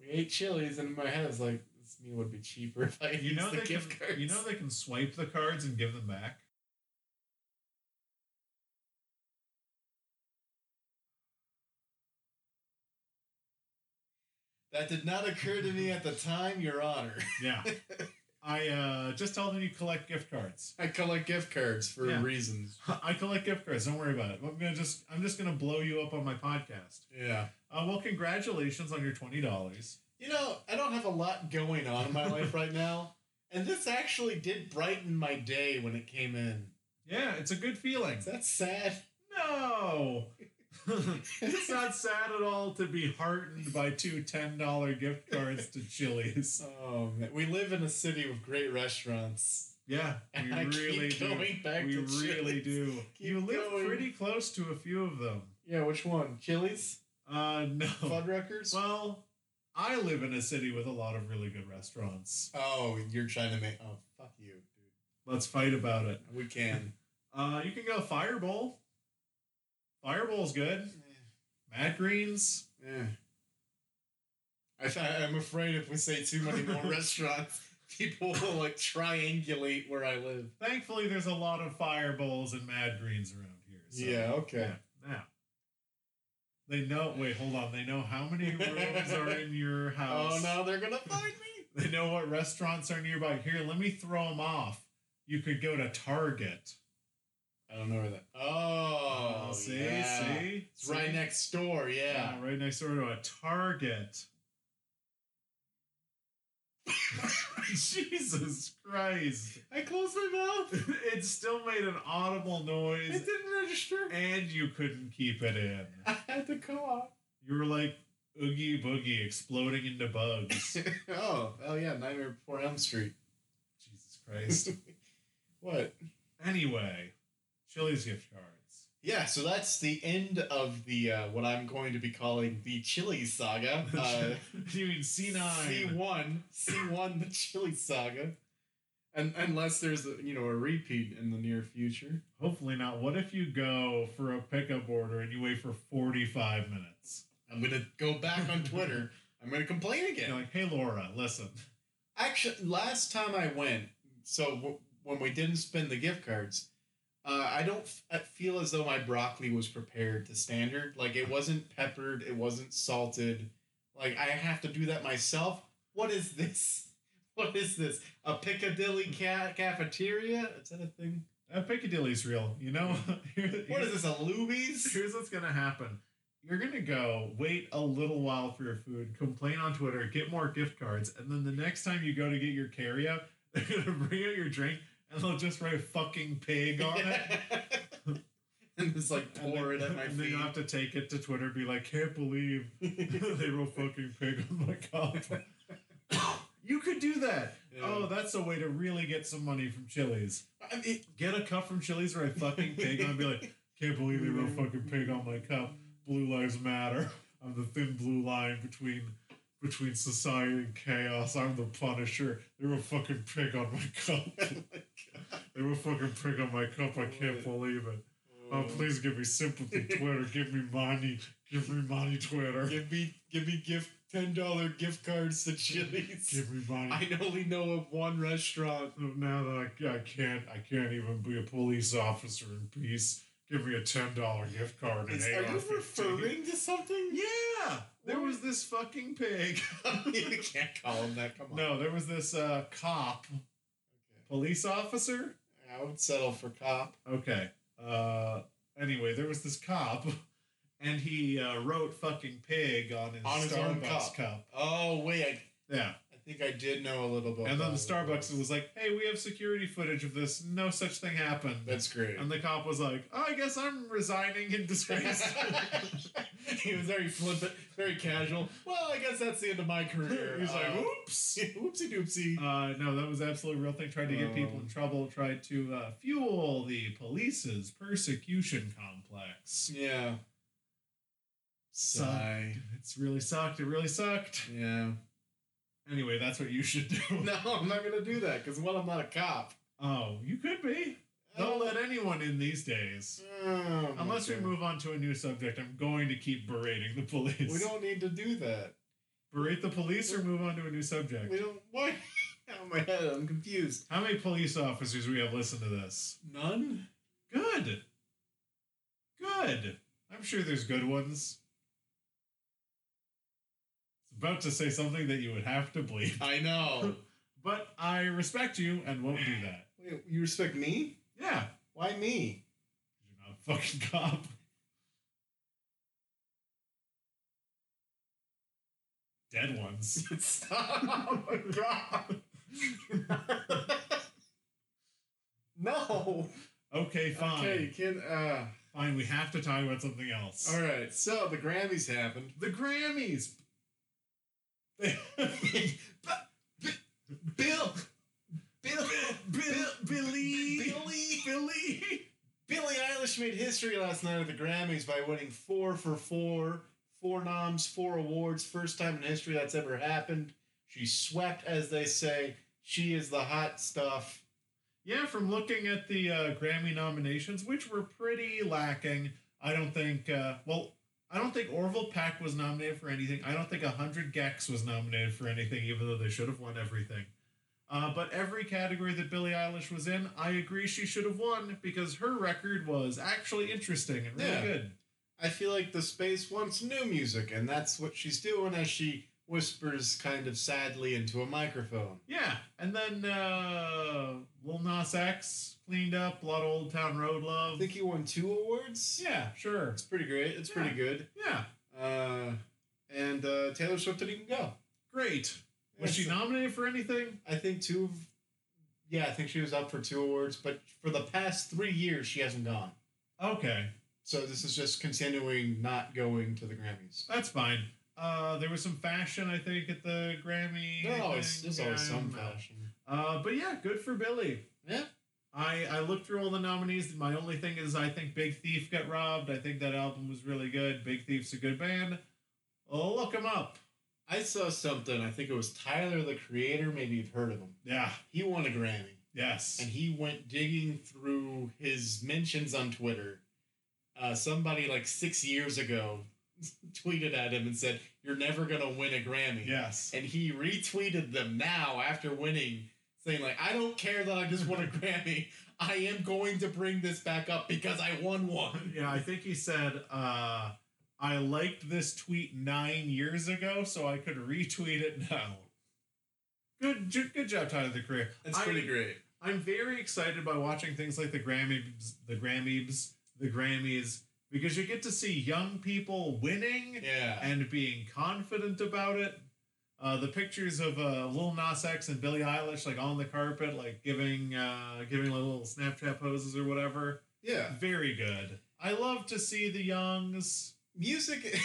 A: we ate Chili's, and in my head I was like, "This meal would be cheaper if I
B: You
A: used
B: know
A: the
B: they
A: gift
B: can,
A: cards."
B: You know they can swipe the cards and give them back.
A: that did not occur to me at the time, Your Honor.
B: Yeah. I uh, just tell them you collect gift cards.
A: I collect gift cards for
B: Yeah.
A: reasons.
B: I collect gift cards. Don't worry about it. I'm gonna just I'm just gonna blow you up on my podcast.
A: Yeah.
B: Uh, well, congratulations on your twenty dollars.
A: You know, I don't have a lot going on in my life right now. And this actually did brighten my day when it came in.
B: Yeah, it's a good feeling.
A: Is that sad?
B: No, it's not sad at all to be heartened by two ten dollar gift cards to Chili's.
A: Oh, man. We live in a city with great restaurants.
B: Yeah, we
A: And I
B: really
A: keep
B: do.
A: going back
B: we
A: to
B: really
A: Chili's.
B: do.
A: Keep
B: you live
A: going.
B: pretty close to a few of them.
A: Yeah, which one? Chili's?
B: Uh, no.
A: Fuddruckers?
B: Well, I live in a city with a lot of really good restaurants.
A: Oh, you're trying to make. Oh, fuck you, dude.
B: Let's fight about it.
A: We can.
B: Uh, you can go Fireball. Fireball's good.
A: Eh,
B: Mad Greens.
A: eh. I th- I'm afraid if we say too many more restaurants, people will like triangulate where I live.
B: Thankfully, there's a lot of Fireballs and Mad Greens around here. So.
A: yeah, okay.
B: Yeah. yeah. They know. Wait, hold on. They know how many rooms are in your house.
A: Oh, no, they're going to find me.
B: They know what restaurants are nearby. Here, let me throw them off. You could go to Target.
A: I don't know where that. Oh,
B: see,
A: yeah.
B: see,
A: It's right
B: See?
A: next door. Yeah.
B: Yeah, right next door to a Target. Jesus Christ.
A: I closed my mouth.
B: It still made an audible
A: It
B: noise
A: didn't register.
B: and you couldn't keep it in.
A: I had the co-op.
B: You were like Oogie Boogie exploding into bugs.
A: oh, oh yeah, Nightmare Before Elm Street.
B: Jesus Christ.
A: What?
B: Anyway, Chili's gift cards.
A: Yeah, so that's the end of the uh, what I'm going to be calling the Chili Saga. Uh,
B: you mean C9?
A: C1, C1, the Chili Saga. And unless there's a, you know a repeat in the near future.
B: Hopefully not. What if you go for a pickup order and you wait for 45 minutes?
A: I'm gonna go back on Twitter. I'm gonna complain again.
B: You're like, hey, Laura, listen.
A: Actually, last time I went, so w- when we didn't spend the gift cards, uh, I don't f- I feel as though my broccoli was prepared to standard. Like it wasn't peppered, it wasn't salted. Like I have to do that myself. What is this? What is this? A Piccadilly ca- cafeteria? Is that a thing?
B: Uh, Piccadilly's real. You know, Here-
A: What is this? A Luby's?
B: here's what's gonna happen. You're gonna go wait a little while for your food, complain on Twitter, get more gift cards, and then the next time you go to get your carryout, they're gonna bring out your drink and they'll just write "fucking pig" on it.
A: and just like
B: And
A: pour it
B: then-
A: at my
B: and then
A: feet.
B: you have to take it to Twitter and be like, can't believe they wrote fucking pig on my cup. you could do that.
A: Yeah.
B: Oh, that's a way to really get some money from Chili's.
A: I mean,
B: Get a cup from Chili's or a fucking pig on and be like, can't believe they wrote fucking pig on my cup. Blue lives matter. I'm the thin blue line between between society and chaos. I'm the punisher. They were fucking pig on my cup. They were fucking pig on my cup. I can't believe it. Oh, please give me sympathy, Twitter. give me money. Give me money, Twitter.
A: Give me, give me gift ten dollar gift cards to Chili's.
B: Give me money.
A: I only know of one restaurant.
B: now that I, I can't, I can't even be a police officer in peace. Give me a ten dollar gift card and
A: Is- are you
B: AR-15.
A: referring to something?
B: Yeah, there was this fucking pig.
A: you can't call him that. Come on.
B: No, there was this uh, cop, police officer.
A: I would settle for cop.
B: Okay. Uh, anyway, there was this cop, and he uh, wrote "fucking pig" on his,
A: On his own
B: Starbucks
A: cup. Oh wait, I,
B: Yeah.
A: I think I did know a little bit.
B: And then the
A: about it.
B: Starbucks was like, "Hey, we have security footage of this. No such thing happened."
A: That's great.
B: and the cop was like, oh, "I guess I'm resigning in disgrace."
A: he was very flippant, very casual. Well, I guess that's the end of my career.
B: He's like,
A: Uh,
B: "Oops."
A: whoopsie doopsie.
B: Uh, no, that was absolutely a real thing. Tried to get people in
A: Um.
B: trouble. Tried to uh, fuel the police's persecution complex.
A: yeah. Sigh.
B: It's really sucked. It really sucked.
A: Yeah.
B: Anyway, that's what you should do.
A: No, I'm not gonna do that because well, I'm not a cop.
B: Oh, you could be. Don't let anyone in these days.
A: Oh, my
B: Unless we
A: God.
B: move on to a new subject, I'm going to keep berating the police.
A: We don't need to do that.
B: Berate the police or move on to a new subject.
A: We don't. What? Out of my head, I'm confused.
B: How many police officers we have listened to this?
A: None.
B: Good. Good. I'm sure there's good ones. It's about to say something that you would have to believe,
A: I know.
B: but I respect you and won't do that.
A: Wait, you respect me?
B: Yeah.
A: Why me?
B: You're not a fucking cop. Dead ones.
A: Stop! Oh my god! no.
B: Okay, fine.
A: Okay, you can. Uh,
B: Fine, we have to talk about something else.
A: all right. So the Grammys happened.
B: The Grammys.
A: Bill. Bill.
B: Bill, Billy.
A: Billy.
B: Billy.
A: Billie Eilish made history last night at the Grammys by winning four for four, four noms, four awards. First time in history that's ever happened. She swept, as they say. She is the hot stuff.
B: Yeah, from looking at the uh, Grammy nominations, which were pretty lacking, I don't think. Uh, well, I don't think Orville Peck was nominated for anything. I don't think Hundred Gex was nominated for anything, even though they should have won everything. Uh, but every category that Billie Eilish was in, I agree she should have won because her record was actually interesting and really
A: Yeah.
B: good.
A: I feel like the space wants new music, and that's what she's doing as she whispers kind of sadly into a microphone.
B: Yeah, and then uh, Lil Nas X cleaned up a lot of Old Town Road
A: I
B: love.
A: think he won two awards.
B: Yeah, sure.
A: It's pretty great. It's pretty good.
B: Yeah,
A: Uh, and uh, Taylor Swift didn't even go.
B: great. Was she
A: Yes.
B: nominated for anything?
A: I think two of yeah, I think she was up for two awards, but for the past three years she hasn't gone.
B: Okay,
A: So this is just continuing not going to the Grammys.
B: that's fine. Uh, there was some fashion, I think, at the Grammy.
A: There's always
B: thing.
A: there's always
B: Yeah, I
A: some
B: don't know.
A: fashion.
B: Uh, but yeah, good for Billy.
A: Yeah.
B: I, I looked through all the nominees. My only thing is, I think Big Thief got robbed. I think that album was really good. Big Thief's a good band. Look him up.
A: I saw something. I think it was Tyler the Creator. Maybe you've heard of him.
B: Yeah.
A: He won a Grammy,
B: Yes.
A: and he went digging through his mentions on Twitter. Uh, somebody like six years ago tweeted at him and said, "You're never gonna win a Grammy."
B: Yes.
A: and he retweeted them now after winning, saying like, "I don't care that I just won a Grammy. I am going to bring this back up because I won one."
B: Yeah, I think he said, uh, I liked this tweet nine years ago, so I could retweet it now. Good, ju- good job, Tyler the Creator.
A: That's
B: I-
A: pretty great.
B: I'm very excited by watching things like the Grammys, the Grammys, the Grammys, because you get to see young people winning
A: Yeah,
B: and being confident about it. Uh, the pictures of uh, Lil Nas X and Billie Eilish like on the carpet, like giving uh, giving little Snapchat poses or whatever.
A: yeah.
B: Very good. I love to see the youngs.
A: music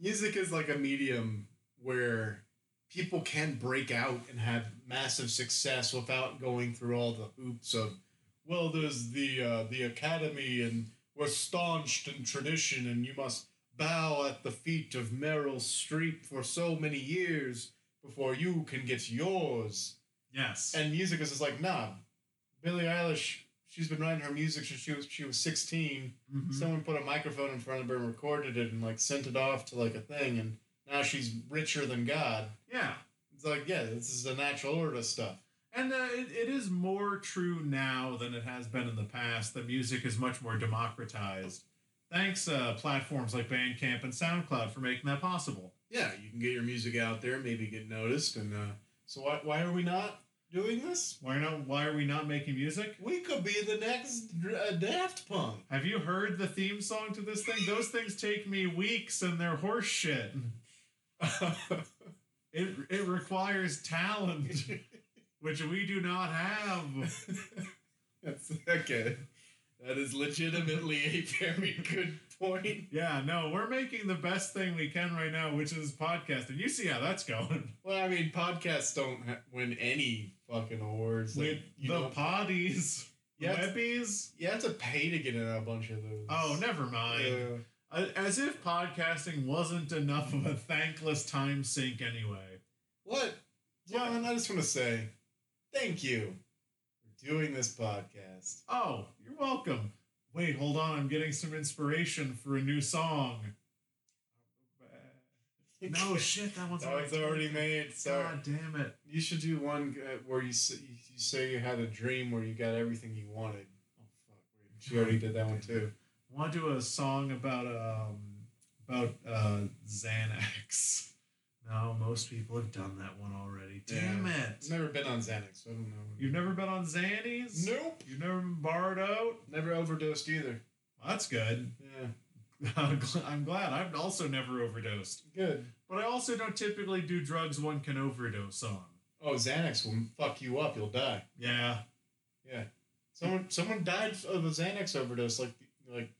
A: music is like a medium where people can break out and have massive success without going through all the hoops of well there's the uh, the academy and we're staunched in tradition and you must bow at the feet of Meryl Streep for so many years before you can get yours
B: Yes.
A: and music is just like nah Billie Eilish she's been writing her music since she was she was 16
B: Mhm.
A: Someone put a microphone in front of her and recorded it and like sent it off to like a thing, and now she's richer than God.
B: yeah.
A: It's like, yeah, this is the natural order stuff.
B: And uh, it, it is more true now than it has been in the past. The music is much more democratized. Thanks, uh, platforms like Bandcamp and SoundCloud, for making that possible.
A: Yeah, you can get your music out there, maybe get noticed, and uh, so why why are we not doing this?
B: Why not? Why are we not making music?
A: We could be the next uh, Daft Punk.
B: Have you heard the theme song to this thing? Those things take me weeks, and they're horse shit. It it requires talent, which we do not have.
A: That's okay. That is legitimately a very good point.
B: Yeah, no, we're making the best thing we can right now, which is podcasting. You see how that's going.
A: Well, I mean, podcasts don't ha- win any fucking awards. Like,
B: With
A: you
B: the
A: don't-
B: potties,
A: Yeah, it's-
B: webbies.
A: You have to pay to get in a bunch of those.
B: Oh, never mind.
A: Yeah.
B: A- As if podcasting wasn't enough of a thankless time sink anyway.
A: What? John, I just want to say thank you for doing this podcast.
B: Oh, you're welcome. Wait, hold on. I'm getting some inspiration for a new song. No shit, that one's
A: Oh, it's already made. Sorry.
B: God damn it.
A: You should do one uh, where you say, you say you had a dream where you got everything you wanted. Oh, fuck. Wait, she already did that one, too.
B: want to do a song about um about uh Xanax. No, most people have done that one already. Damn
A: I've
B: it.
A: never been on Xanax, so I don't know.
B: You've never been on Xannies?
A: Nope.
B: You've never been barred out?
A: Never overdosed either.
B: Well, that's good.
A: Yeah.
B: I'm gl- I'm glad. I've also never overdosed.
A: Good.
B: But I also don't typically do drugs one can overdose on.
A: Oh, Xanax will fuck you up. You'll die.
B: Yeah.
A: Someone someone died of a Xanax overdose, like like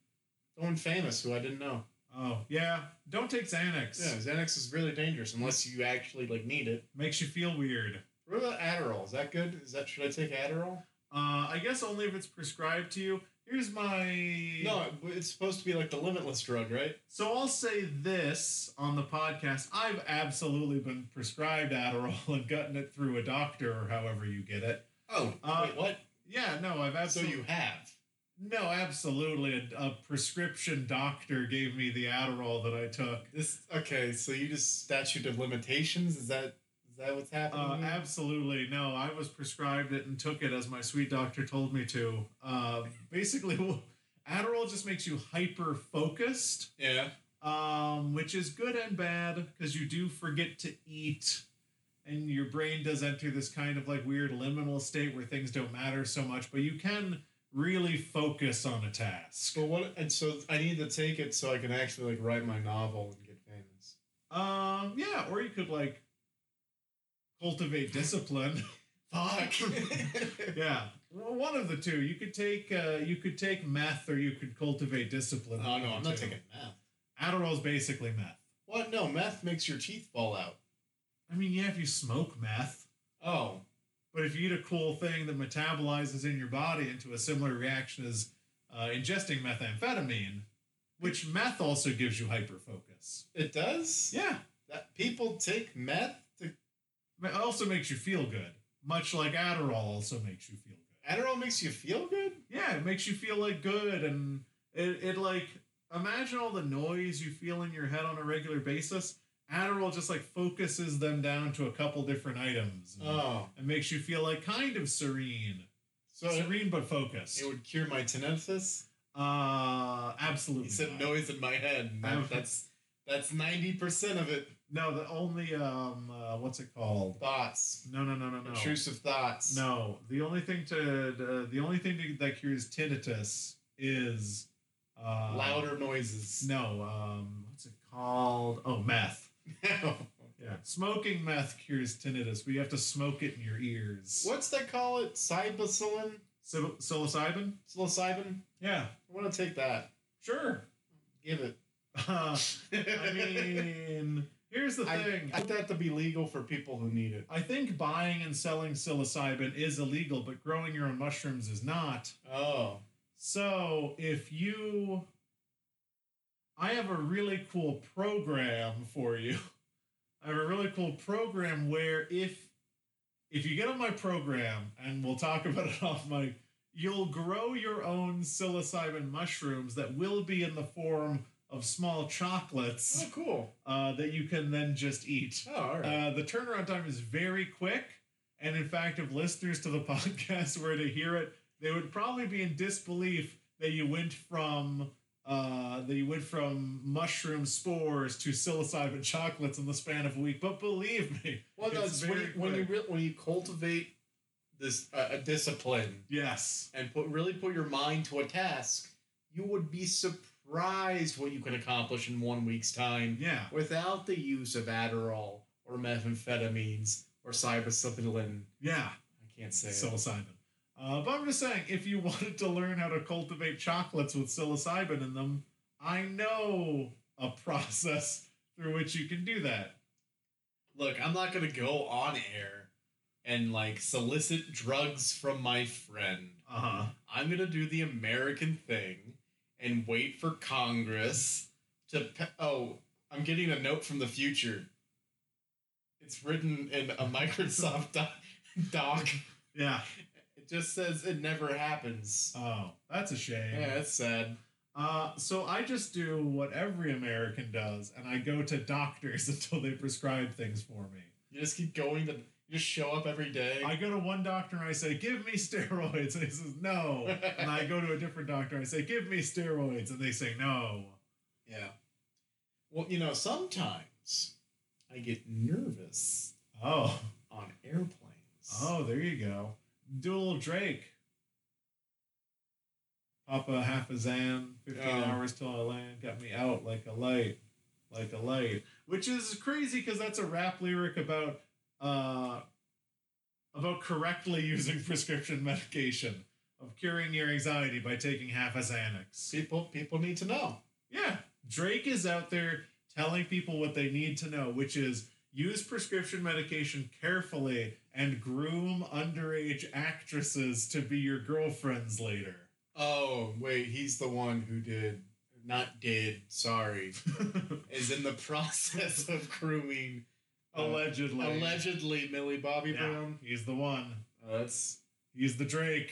A: someone famous who I didn't know.
B: Oh, yeah. Don't take Xanax.
A: Yeah, Xanax is really dangerous unless you actually like need it.
B: Makes you feel weird.
A: What about Adderall? Is that good? Is that should I take Adderall?
B: Uh, I guess only if it's prescribed to you. Here's my
A: No, it's supposed to be like the limitless drug, right?
B: So I'll say this on the podcast. I've absolutely been prescribed Adderall and gotten it through a doctor or however you get it.
A: Oh,
B: Uh,
A: wait, what?
B: Yeah, no, I've
A: So
B: absolutely
A: you have?
B: no, absolutely. A, a prescription doctor gave me the Adderall that I took.
A: This okay? So you just statute of limitations? Is that is that what's happening?
B: Uh,
A: here?
B: absolutely no. I was prescribed it and took it as my sweet doctor told me to. Uh, basically, Adderall just makes you hyper focused.
A: yeah.
B: um, which is good and bad because you do forget to eat and your brain does enter this kind of like weird liminal state where things don't matter so much but you can really focus on a task
A: But what? And so I need to take it so I can actually like write my novel and get famous.
B: um yeah or you could like cultivate discipline.
A: Fuck.
B: yeah, well, one of the two. You could take uh, you could take meth, or you could cultivate discipline.
A: oh no, I'm not
B: Two.
A: taking meth.
B: Adderall's basically meth.
A: What? No, meth makes your teeth fall out.
B: I mean, yeah, if you smoke meth,
A: Oh,
B: but if you eat a cool thing that metabolizes in your body into a similar reaction as uh, ingesting methamphetamine, which meth also gives you hyperfocus.
A: it does.
B: Yeah,
A: That people take meth. To,
B: it also makes you feel good, much like Adderall also makes you feel good.
A: Adderall makes you feel good.
B: yeah, it makes you feel like good and it, it like imagine all the noise you feel in your head on a regular basis. Adderall just like focuses them down to a couple different items. and
A: Oh,
B: It makes you feel like kind of serene.
A: so it,
B: serene but focused.
A: it would cure my tinnitus.
B: uh absolutely.
A: He said
B: not.
A: noise in my head. and
B: I'm-
A: That's that's ninety percent of it.
B: No, the only um uh, what's it called?
A: Thoughts,
B: No, no, no, no, no.
A: intrusive thoughts.
B: No, the only thing to uh, the only thing to, that cures tinnitus is uh,
A: louder noises.
B: No, um, what's it called? Oh, meth. Yeah, smoking meth cures tinnitus, but you have to smoke it in your ears.
A: What's they call it? Cybacillin,
B: Psil- psilocybin?
A: psilocybin.
B: Yeah,
A: I want to take that.
B: sure.
A: Give it.
B: Uh, I mean, here's the
A: I-
B: thing.
A: I want that to be legal for people who need it.
B: I think buying and selling psilocybin is illegal, but growing your own mushrooms is not.
A: Oh,
B: So if you, I have a really cool program for you. I have a really cool program where if if you get on my program and we'll talk about it off mic, you'll grow your own psilocybin mushrooms that will be in the form of small chocolates
A: oh, cool.
B: uh, that you can then just eat.
A: Oh, all right.
B: Uh, the turnaround time is very quick. And in fact, if listeners to the podcast were to hear it, they would probably be in disbelief that you went from uh, that you went from mushroom spores to psilocybin chocolates in the span of a week. But believe me,
A: well, no,
B: it's
A: it's when you,
B: very
A: when you re- when you cultivate this uh, a discipline
B: yes,
A: and put really put your mind to a task, you would be surprised what you can accomplish in one week's time
B: yeah,
A: without the use of Adderall or methamphetamines or cybacillin.
B: yeah,
A: I can't say it.
B: psilocybin. Uh, but I'm just saying, if you wanted to learn how to cultivate chocolates with psilocybin in them, I know a process through which you can do that.
A: Look, I'm not gonna go on air and like solicit drugs from my friend.
B: Uh huh.
A: I'm going to do the American thing and wait for Congress to. Pe- oh, I'm getting a note from the future. It's written in a Microsoft doc. doc.
B: Yeah.
A: It just says it never happens.
B: Oh, that's a shame.
A: Yeah, that's sad.
B: Uh, so I just do what every American does, and I go to doctors until they prescribe things for me.
A: You just keep going to. You just show up every day.
B: I go to one doctor and I say, "Give me steroids," and he says, "No." and I go to a different doctor and I say, "Give me steroids," and they say, "No."
A: yeah. Well, you know, sometimes I get nervous
B: Oh,
A: on airplanes.
B: oh, there you go. Do a little Drake. Pop a half a zam, fifteen
A: Oh.
B: hours till I land. Got me out like a light, like a light. Which is crazy because that's a rap lyric about uh about correctly using prescription medication, of curing your anxiety by taking half a Xanax.
A: People, people need to know.
B: Yeah, Drake is out there telling people what they need to know, which is use prescription medication carefully and groom underage actresses to be your girlfriends later.
A: Oh, wait, he's the one who did, not did, sorry, is in the process of grooming
B: Uh, allegedly.
A: allegedly Millie Bobby
B: Yeah,
A: Brown.
B: he's the one.
A: Uh, that's
B: He's the Drake.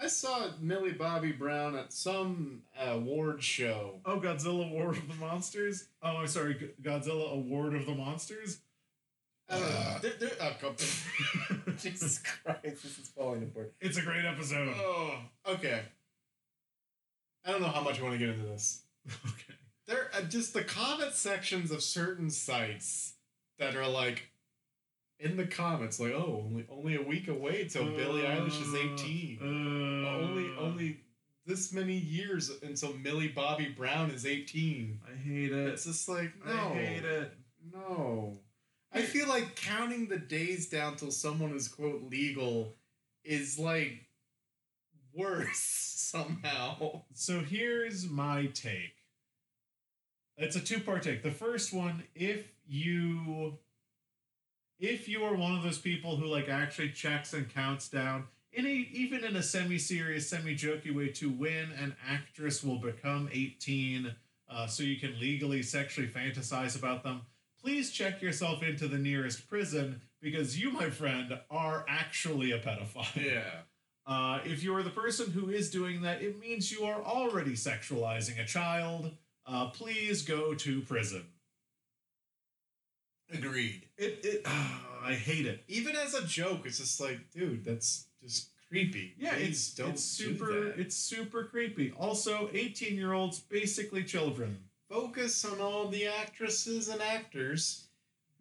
A: I saw Millie Bobby Brown at some uh, award show.
B: Oh, Godzilla Award of the Monsters. Oh, I'm sorry, G- Godzilla Award of the Monsters.
A: I don't know.
B: Uh.
A: There- there- oh, go- Jesus Christ, this is falling apart.
B: It's a great episode.
A: Oh, okay. I don't know how much I want to get into this.
B: Okay.
A: There are just the comment sections of certain sites that are like in the comments, like, oh, only only a week away till Billie Eilish is 18.
B: Uh,
A: only only this many years until Millie Bobby Brown is 18.
B: I hate it.
A: It's just like, no.
B: I hate it.
A: No. I feel like counting the days down till someone is quote legal is like worse somehow.
B: So here's my take. It's a two-part take. The first one, if you if you are one of those people who like actually checks and counts down in a even in a semi-serious, semi-jokey way to when an actress will become 18 uh, so you can legally sexually fantasize about them, please check yourself into the nearest prison because you, my friend, are actually a pedophile.
A: Yeah.
B: Uh, if you are the person who is doing that, it means you are already sexualizing a child. Uh, please go to prison.
A: Agreed.
B: It, it ah, I hate it.
A: Even as a joke, it's just like, dude, that's just creepy.
B: Yeah,
A: Please
B: it's it's super
A: do that.
B: it's super creepy. Also, eighteen year olds basically children.
A: focus on all the actresses and actors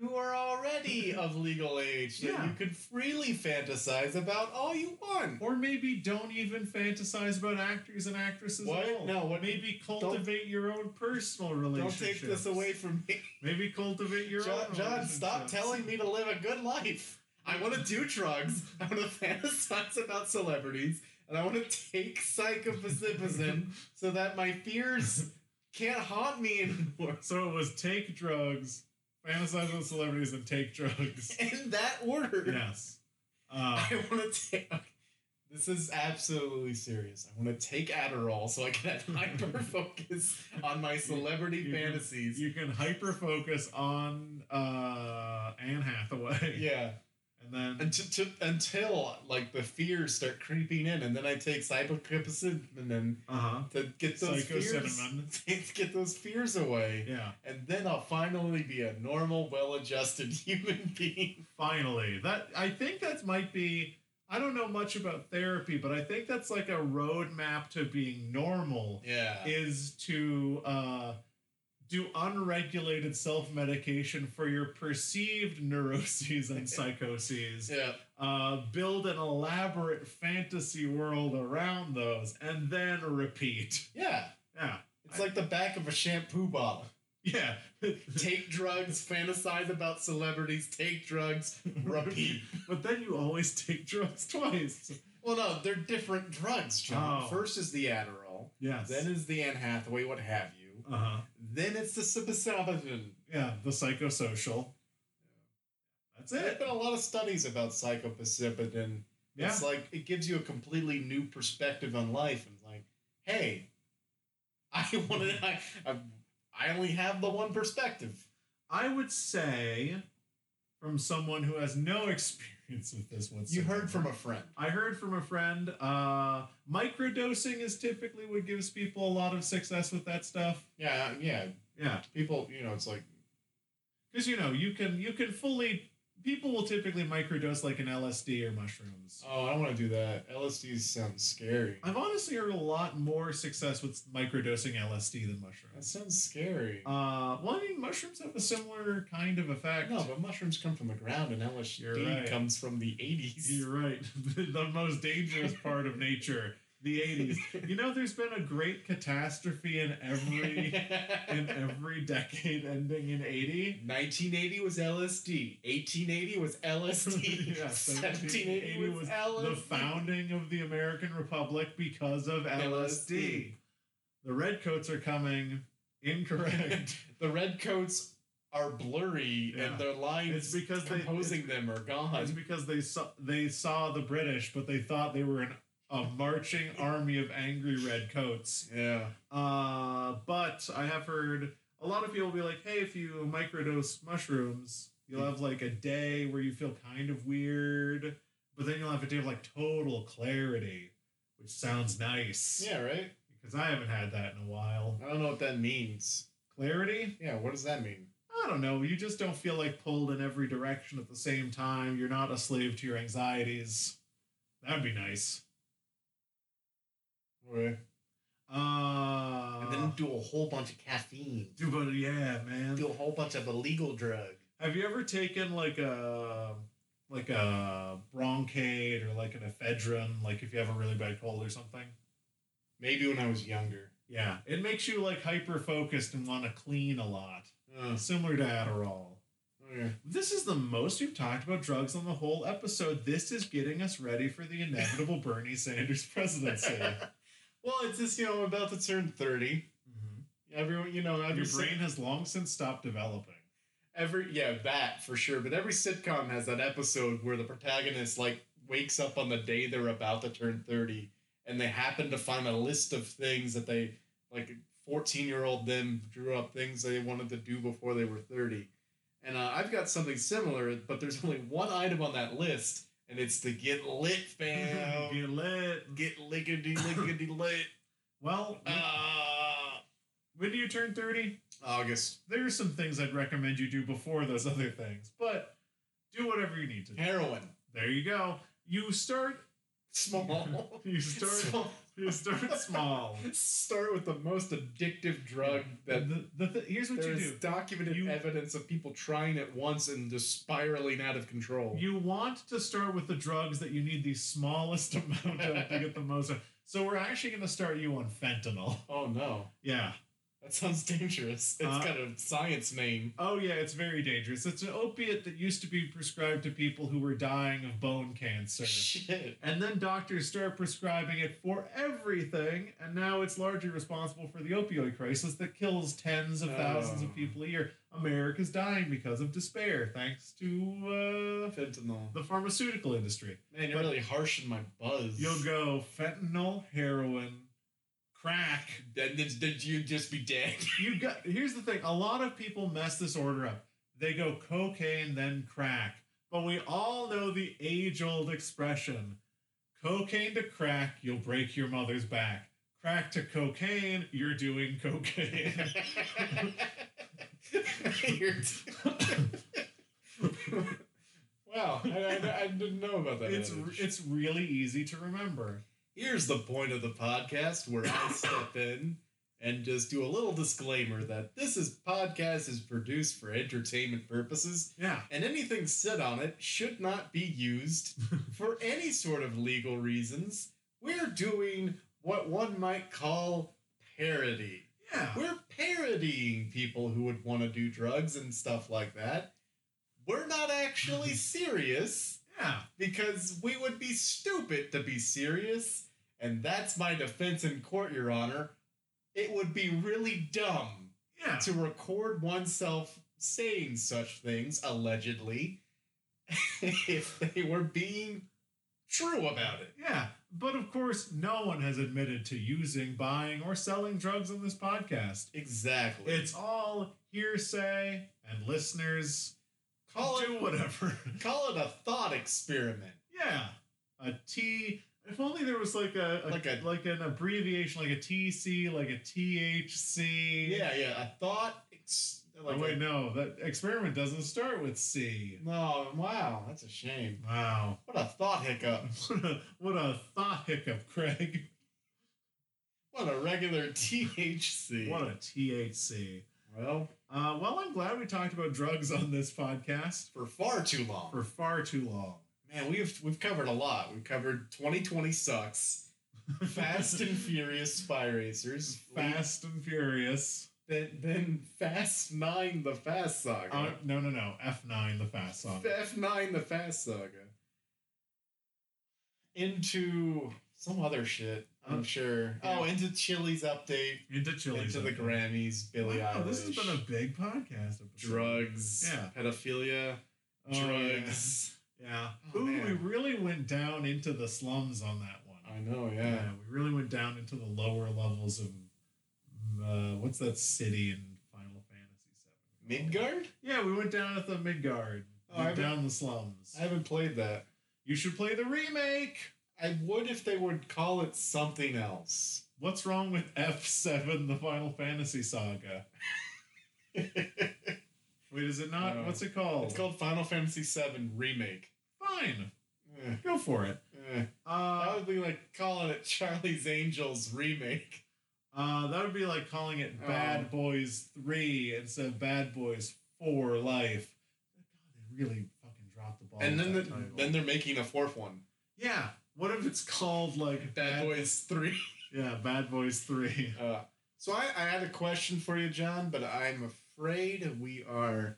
A: who are already of legal age that
B: Yeah.
A: you can freely fantasize about all you want.
B: Or maybe don't even fantasize about actors and actresses
A: What?
B: at all.
A: No, what-
B: maybe cultivate your own personal
A: Don't
B: relationships.
A: take this away from me.
B: Maybe cultivate your
A: John,
B: own.
A: John stop
B: relationships.
A: telling me to live a good life. I want to do drugs. I want to fantasize about celebrities. And I want to take psychopazipazin so that my fears can't haunt me anymore.
B: So it was take drugs, fantasize about celebrities, and take drugs.
A: In that order.
B: yes. Uh,
A: I want to take. This is absolutely serious. I want to take Adderall so I can have hyper focus on my celebrity
B: You- you-
A: fantasies.
B: you can hyper focus on uh, Anne Hathaway.
A: yeah,
B: And then
A: and to, to, until like the fears start creeping in, and then I take cybercrypsin and then
B: uh-huh.
A: to get those
B: Psycho
A: fears,
B: Cinnamon.
A: to get those fears away,
B: Yeah.
A: and then I'll finally be a normal, well-adjusted human being.
B: Finally. That I think that might be I don't know much about therapy, but I think that's like a roadmap to being normal
A: Yeah,
B: is to uh do unregulated self-medication for your perceived neuroses and psychoses
A: yeah.
B: uh, build an elaborate fantasy world around those, and then repeat.
A: Yeah,
B: Yeah,
A: it's like the back of a shampoo bottle.
B: yeah.
A: take drugs, fantasize about celebrities, take drugs, repeat.
B: but then you always take drugs twice.
A: well, no, they're different drugs, John.
B: Oh.
A: First is the Adderall,
B: Yes.
A: then is the Anne Hathaway, what have you.
B: uh huh.
A: Then it's the Sibisabin.
B: Yeah, the psychosocial. That's
A: There have
B: it.
A: been a lot of studies about psychopacibidin.
B: Yeah.
A: It's like it gives you a completely new perspective on life. And like, hey, I want to. I, I, I only have the one perspective.
B: I would say, from someone who has no experience with this
A: You
B: whatsoever.
A: heard from a friend.
B: I heard from a friend. Uh, microdosing is typically what gives people a lot of success with that stuff.
A: Yeah, yeah.
B: Yeah.
A: People, you know, it's like
B: because you know you can you can fully people will typically microdose like an LSD or mushrooms.
A: Oh, I don't want to do that. LSD sounds scary.
B: I've honestly heard a lot more success with microdosing LSD than
A: That
B: mushrooms.
A: sounds scary.
B: Uh, well, I mean, mushrooms have a similar kind of effect.
A: no, but mushrooms come from the ground, and LSD
B: You're right.
A: comes from the '80s.
B: You're right. the, the most dangerous part of nature, the '80s. You know, there's been a great catastrophe in every in every decade, ending in '80.
A: 1980 was LSD. 1880 was LSD.
B: Yeah,
A: 1780 was, LSD.
B: the founding of the American Republic because of LSD. The redcoats are coming. Incorrect.
A: the redcoats are blurry,
B: Yeah.
A: and their
B: it's
A: lines
B: because they
A: composing them are
B: it's
A: gone.
B: because they saw they saw the British, but they thought they were an, a marching army of angry redcoats.
A: Yeah.
B: Uh, but I have heard a lot of people be like, "Hey, if you microdose mushrooms, you'll have like a day where you feel kind of weird, but then you'll have a day of like total clarity." Which sounds nice.
A: Yeah. Right.
B: because I haven't had that in a while.
A: I don't know what that means.
B: Clarity?
A: Yeah. What does that mean?
B: I don't know. You just don't feel like pulled in every direction at the same time. You're not a slave to your anxieties. That'd be nice.
A: Okay.
B: Uh,
A: And then do a whole bunch of caffeine.
B: do, but yeah, man.
A: do a whole bunch of illegal drug.
B: Have you ever taken like a like a Broncaid or like an ephedrine? Like if you have a really bad cold or something.
A: Maybe when I was younger.
B: Yeah, it makes you like hyper focused and want to clean a lot,
A: Uh,
B: similar to Adderall.
A: Yeah.
B: This is the most we've talked about drugs on the whole episode. This is getting us ready for the inevitable Bernie Sanders presidency.
A: well, it's just you know I'm about to turn thirty. Everyone, you know, every
B: Mm-hmm. Your
A: sit-
B: brain has long since stopped developing.
A: every yeah that for sure. But every sitcom has that episode where the protagonist like wakes up on the day they're about to turn thirty, and they happen to find a list of things that they like. Fourteen year old them drew up things they wanted to do before they were thirty, and uh, I've got something similar. But there's only one item on that list, and it's to get lit, fam.
B: Get lit.
A: get lickety lickety lit.
B: Well,
A: Ah.
B: when do you turn 30?
A: August.
B: There are some things I'd recommend you do before those other things, but do whatever you need to do.
A: Heroin.
B: There you go. You start
A: Small.
B: you start
A: Small.
B: you start small.
A: Start with the most addictive drug that
B: the, the th- here's what
A: there
B: you
A: is
B: do.
A: documented
B: You-
A: evidence of people trying it once and just spiraling out of control.
B: You want to start with the drugs that you need the smallest amount of to get the most. of. So we're actually going to start you on fentanyl.
A: oh no.
B: Yeah.
A: That sounds dangerous. It's
B: Uh,
A: got a science name.
B: Oh yeah, it's very dangerous. It's an opiate that used to be prescribed to people who were dying of bone cancer.
A: Shit.
B: And then doctors start prescribing it for everything, and now it's largely responsible for the opioid crisis that kills tens of thousands
A: Oh.
B: of people a year. America's dying because of despair, thanks to uh,
A: Fentanyl.
B: the pharmaceutical industry.
A: Man, you're
B: But-
A: really harshing my buzz.
B: You'll go fentanyl, heroin, crack.
A: Then did, did you just be dead?
B: You got. Here's the thing: a lot of people mess this order up. They go cocaine, then crack. But we all know the age-old expression: cocaine to crack, you'll break your mother's back. Crack to cocaine, you're doing cocaine.
A: You're wow, I, I, I didn't know about that.
B: it's
A: adage.
B: it's really easy to remember.
A: Here's the point of the podcast where I step in and just do a little disclaimer that this is podcast is produced for entertainment purposes,
B: Yeah.
A: and anything said on it should not be used for any sort of legal reasons. We're doing what one might call parody.
B: Yeah.
A: We're parodying people who would want to do drugs and stuff like that. We're not actually serious
B: Yeah.
A: because we would be stupid to be serious. And that's my defense in court, Your Honor. It would be really dumb
B: Yeah.
A: to record oneself saying such things, allegedly, if they were being true about it.
B: Yeah, but of course, no one has admitted to using, buying, or selling drugs on this podcast.
A: Exactly.
B: It's all hearsay, and listeners
A: Call
B: do
A: it-
B: whatever.
A: Call it a thought experiment.
B: yeah, a T. If only there was like a, a-
A: Like
B: like
A: a-
B: an abbreviation, like a TC, like a THC.
A: Yeah, yeah, a thought. Ex- like
B: oh,
A: a-
B: wait, no, that experiment doesn't start with C.
A: No, wow, that's a shame.
B: Wow,
A: What a thought hiccup.
B: what a what a thought hiccup, Craig.
A: What a regular THC.
B: What a THC.
A: well,
B: Uh, well, I'm glad we talked about drugs on this podcast
A: for far too long.
B: for far too long.
A: Man, we've we've covered a lot. We've covered 2020 sucks, Fast and Furious Spy Racers,
B: Fast and Furious.
A: then, then Fast Nine the Fast Saga,
B: Uh, no, no, no. F9, the fast song.
A: F9 the Fast Saga, into some other shit. I'm
B: Uh,
A: sure.
B: yeah.
A: Oh, into Chili's update,
B: Into Chili's.
A: into the Grammys, Billy
B: Wow,
A: Eilish.
B: this has been a big podcast. Episode.
A: drugs,
B: Yeah.
A: pedophilia,
B: Oh,
A: drugs.
B: Yeah. yeah.
A: Oh,
B: Ooh, we
A: man.
B: really went down into the slums on that one.
A: I know, yeah.
B: We really went down into the lower levels of uh, what's that city in Final Fantasy VII?
A: Midgard?
B: Yeah, we went down at the Midgard.
A: Oh, I
B: went
A: haven't-
B: down the slums.
A: I haven't played that.
B: You should play the remake.
A: I would if they would call it something else.
B: What's wrong with F7, the Final Fantasy saga? Wait, is it not?
A: No.
B: What's it called?
A: Uh, It's called Final Fantasy VII Remake.
B: Fine.
A: Eh,
B: Go for it.
A: eh. That
B: Uh,
A: would be like calling it Charlie's Angels Remake.
B: uh, that would be like calling it
A: Oh.
B: Bad Boys 3 instead of Bad Boys 4 Life. God, they really fucking dropped the ball.
A: and
B: with
A: then the,
B: Oh, that title.
A: then they're making a fourth one.
B: yeah. What if it's called like
A: Bad Boys 3.
B: Yeah, Bad Boys 3.
A: Uh, so I, I had a question for you, John, but I'm afraid we are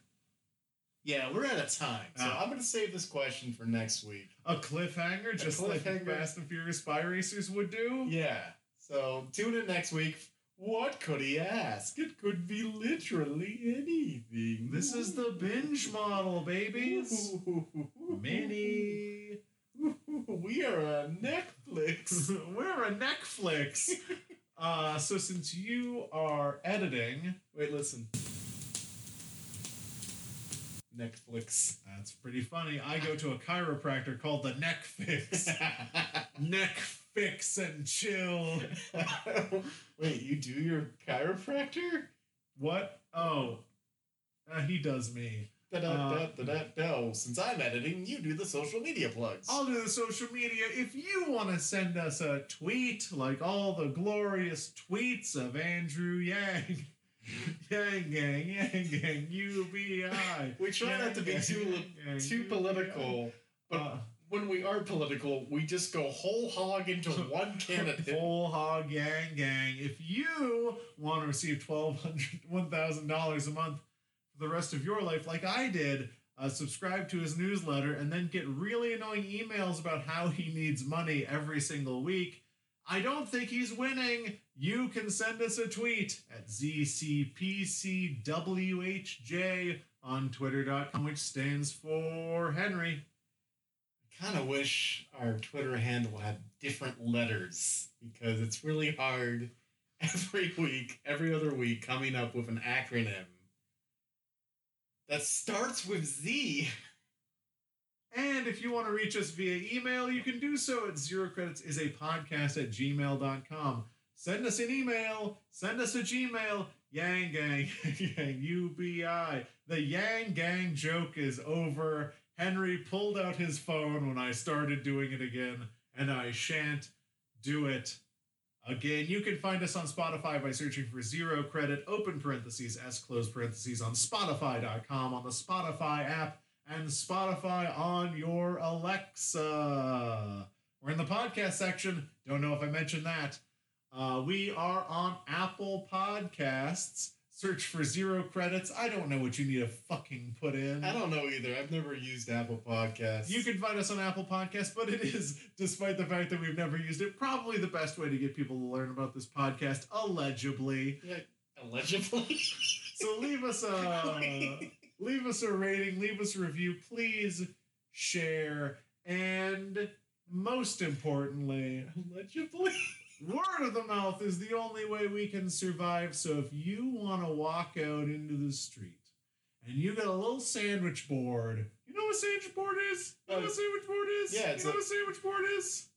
A: Yeah, we're out of time. So
B: Ah.
A: I'm going to save this question for next week.
B: A cliffhanger, just like
A: cliffhanger.
B: Fast and Furious Spy Racers would do.
A: Yeah. So tune in next week. What could he ask? It could be literally anything.
B: This is the binge model, babies. Mini.
A: We are a Netflix.
B: We're a Netflix. uh, so since you are editing,
A: Wait, listen. Netflix.
B: that's pretty funny. I go to a chiropractor called the Neck Fix. neck Fix and chill.
A: Wait, you do your chiropractor?
B: What? Oh, uh, he does me.
A: Da da da da No, since I'm editing, you do the social media plugs.
B: I'll do the social media. If you want to send us a tweet, like all the glorious tweets of Andrew Yang, Yang Gang, Yang Gang, UBI.
A: we try not to be
B: Yang
A: too
B: Gang,
A: too
B: UBI.
A: political, but
B: Uh,
A: when we are political, we just go whole hog into one candidate.
B: Full hog yang gang. If you want to receive $1,200, $1,000 a month for the rest of your life, like I did, uh, subscribe to his newsletter and then get really annoying emails about how he needs money every single week. I don't think he's winning. You can send us a tweet at ZCPCWHJ on twitter.com, which stands for Henry.
A: kind of wish our Twitter handle had different letters because it's really hard every week, every other week, coming up with an acronym that starts with Z.
B: And if you want to reach us via email, you can do so at zero credits is a podcast at gmail.com. Send us an email, send us a Gmail, Yang Gang, Yang UBI. The Yang Gang joke is over. Henry pulled out his phone when I started doing it again, and I shan't do it again. You can find us on Spotify by searching for zero credit, open parentheses, S close parentheses on Spotify.com, on the Spotify app and Spotify on your Alexa. We're in the podcast section. Don't know if I mentioned that. Uh, we are on Apple Podcasts. Search for zero credits. I don't know what you need to fucking put in.
A: I don't know either. I've never used Apple Podcasts.
B: You can find us on Apple Podcasts, but it is, despite the fact that we've never used it, probably the best way to get people to learn about this podcast, allegedly.
A: Allegedly.
B: So leave us a leave us a rating, leave us a review, please share, and most importantly,
A: Allegedly.
B: word of the mouth is the only way we can survive. So if you want to walk out into the street and you got a little sandwich board, you know what a sandwich board is? You know what a sandwich board is?
A: Yeah, it's
B: you know
A: a-
B: what a sandwich board is?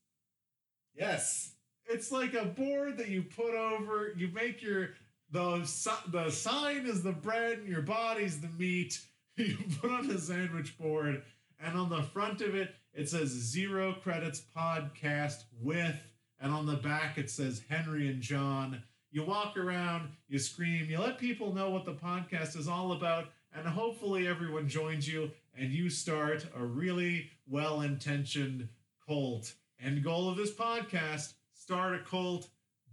A: Yes.
B: it's like a board that you put over you make your the si- the sign is the bread and your body's the meat you put on a sandwich board and on the front of it it says zero credits podcast with and on the back it says henry and john you walk around you scream you let people know what the podcast is all about and hopefully everyone joins you and you start a really well-intentioned cult End goal of this podcast start a cult,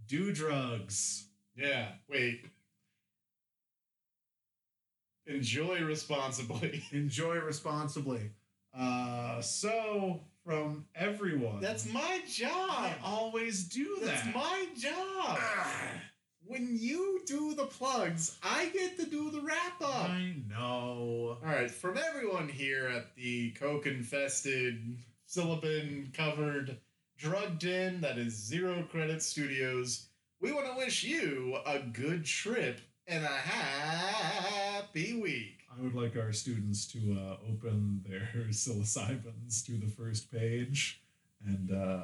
B: do drugs.
A: Yeah. Wait. Enjoy responsibly.
B: Enjoy responsibly. Uh, so, from everyone,
A: That's my
B: I
A: job.
B: always do
A: That's
B: that.
A: my job.
B: Ah,
A: When you do the plugs, I get to do the wrap up.
B: I know.
A: All right, from everyone here at the coke infested, psilocybin covered, drug den that is Zero Credit Studios, we want to wish you a good trip and a happy week.
B: I would like our students to uh, open their psilocybins to the first page and uh,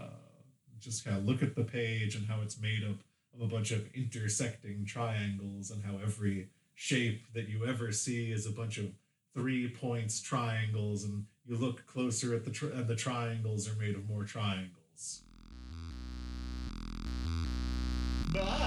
B: just kind of look at the page and how it's made up of a bunch of intersecting triangles and how every shape that you ever see is a bunch of three points triangles and you look closer at the tri- and the triangles are made of more triangles.
A: Bye.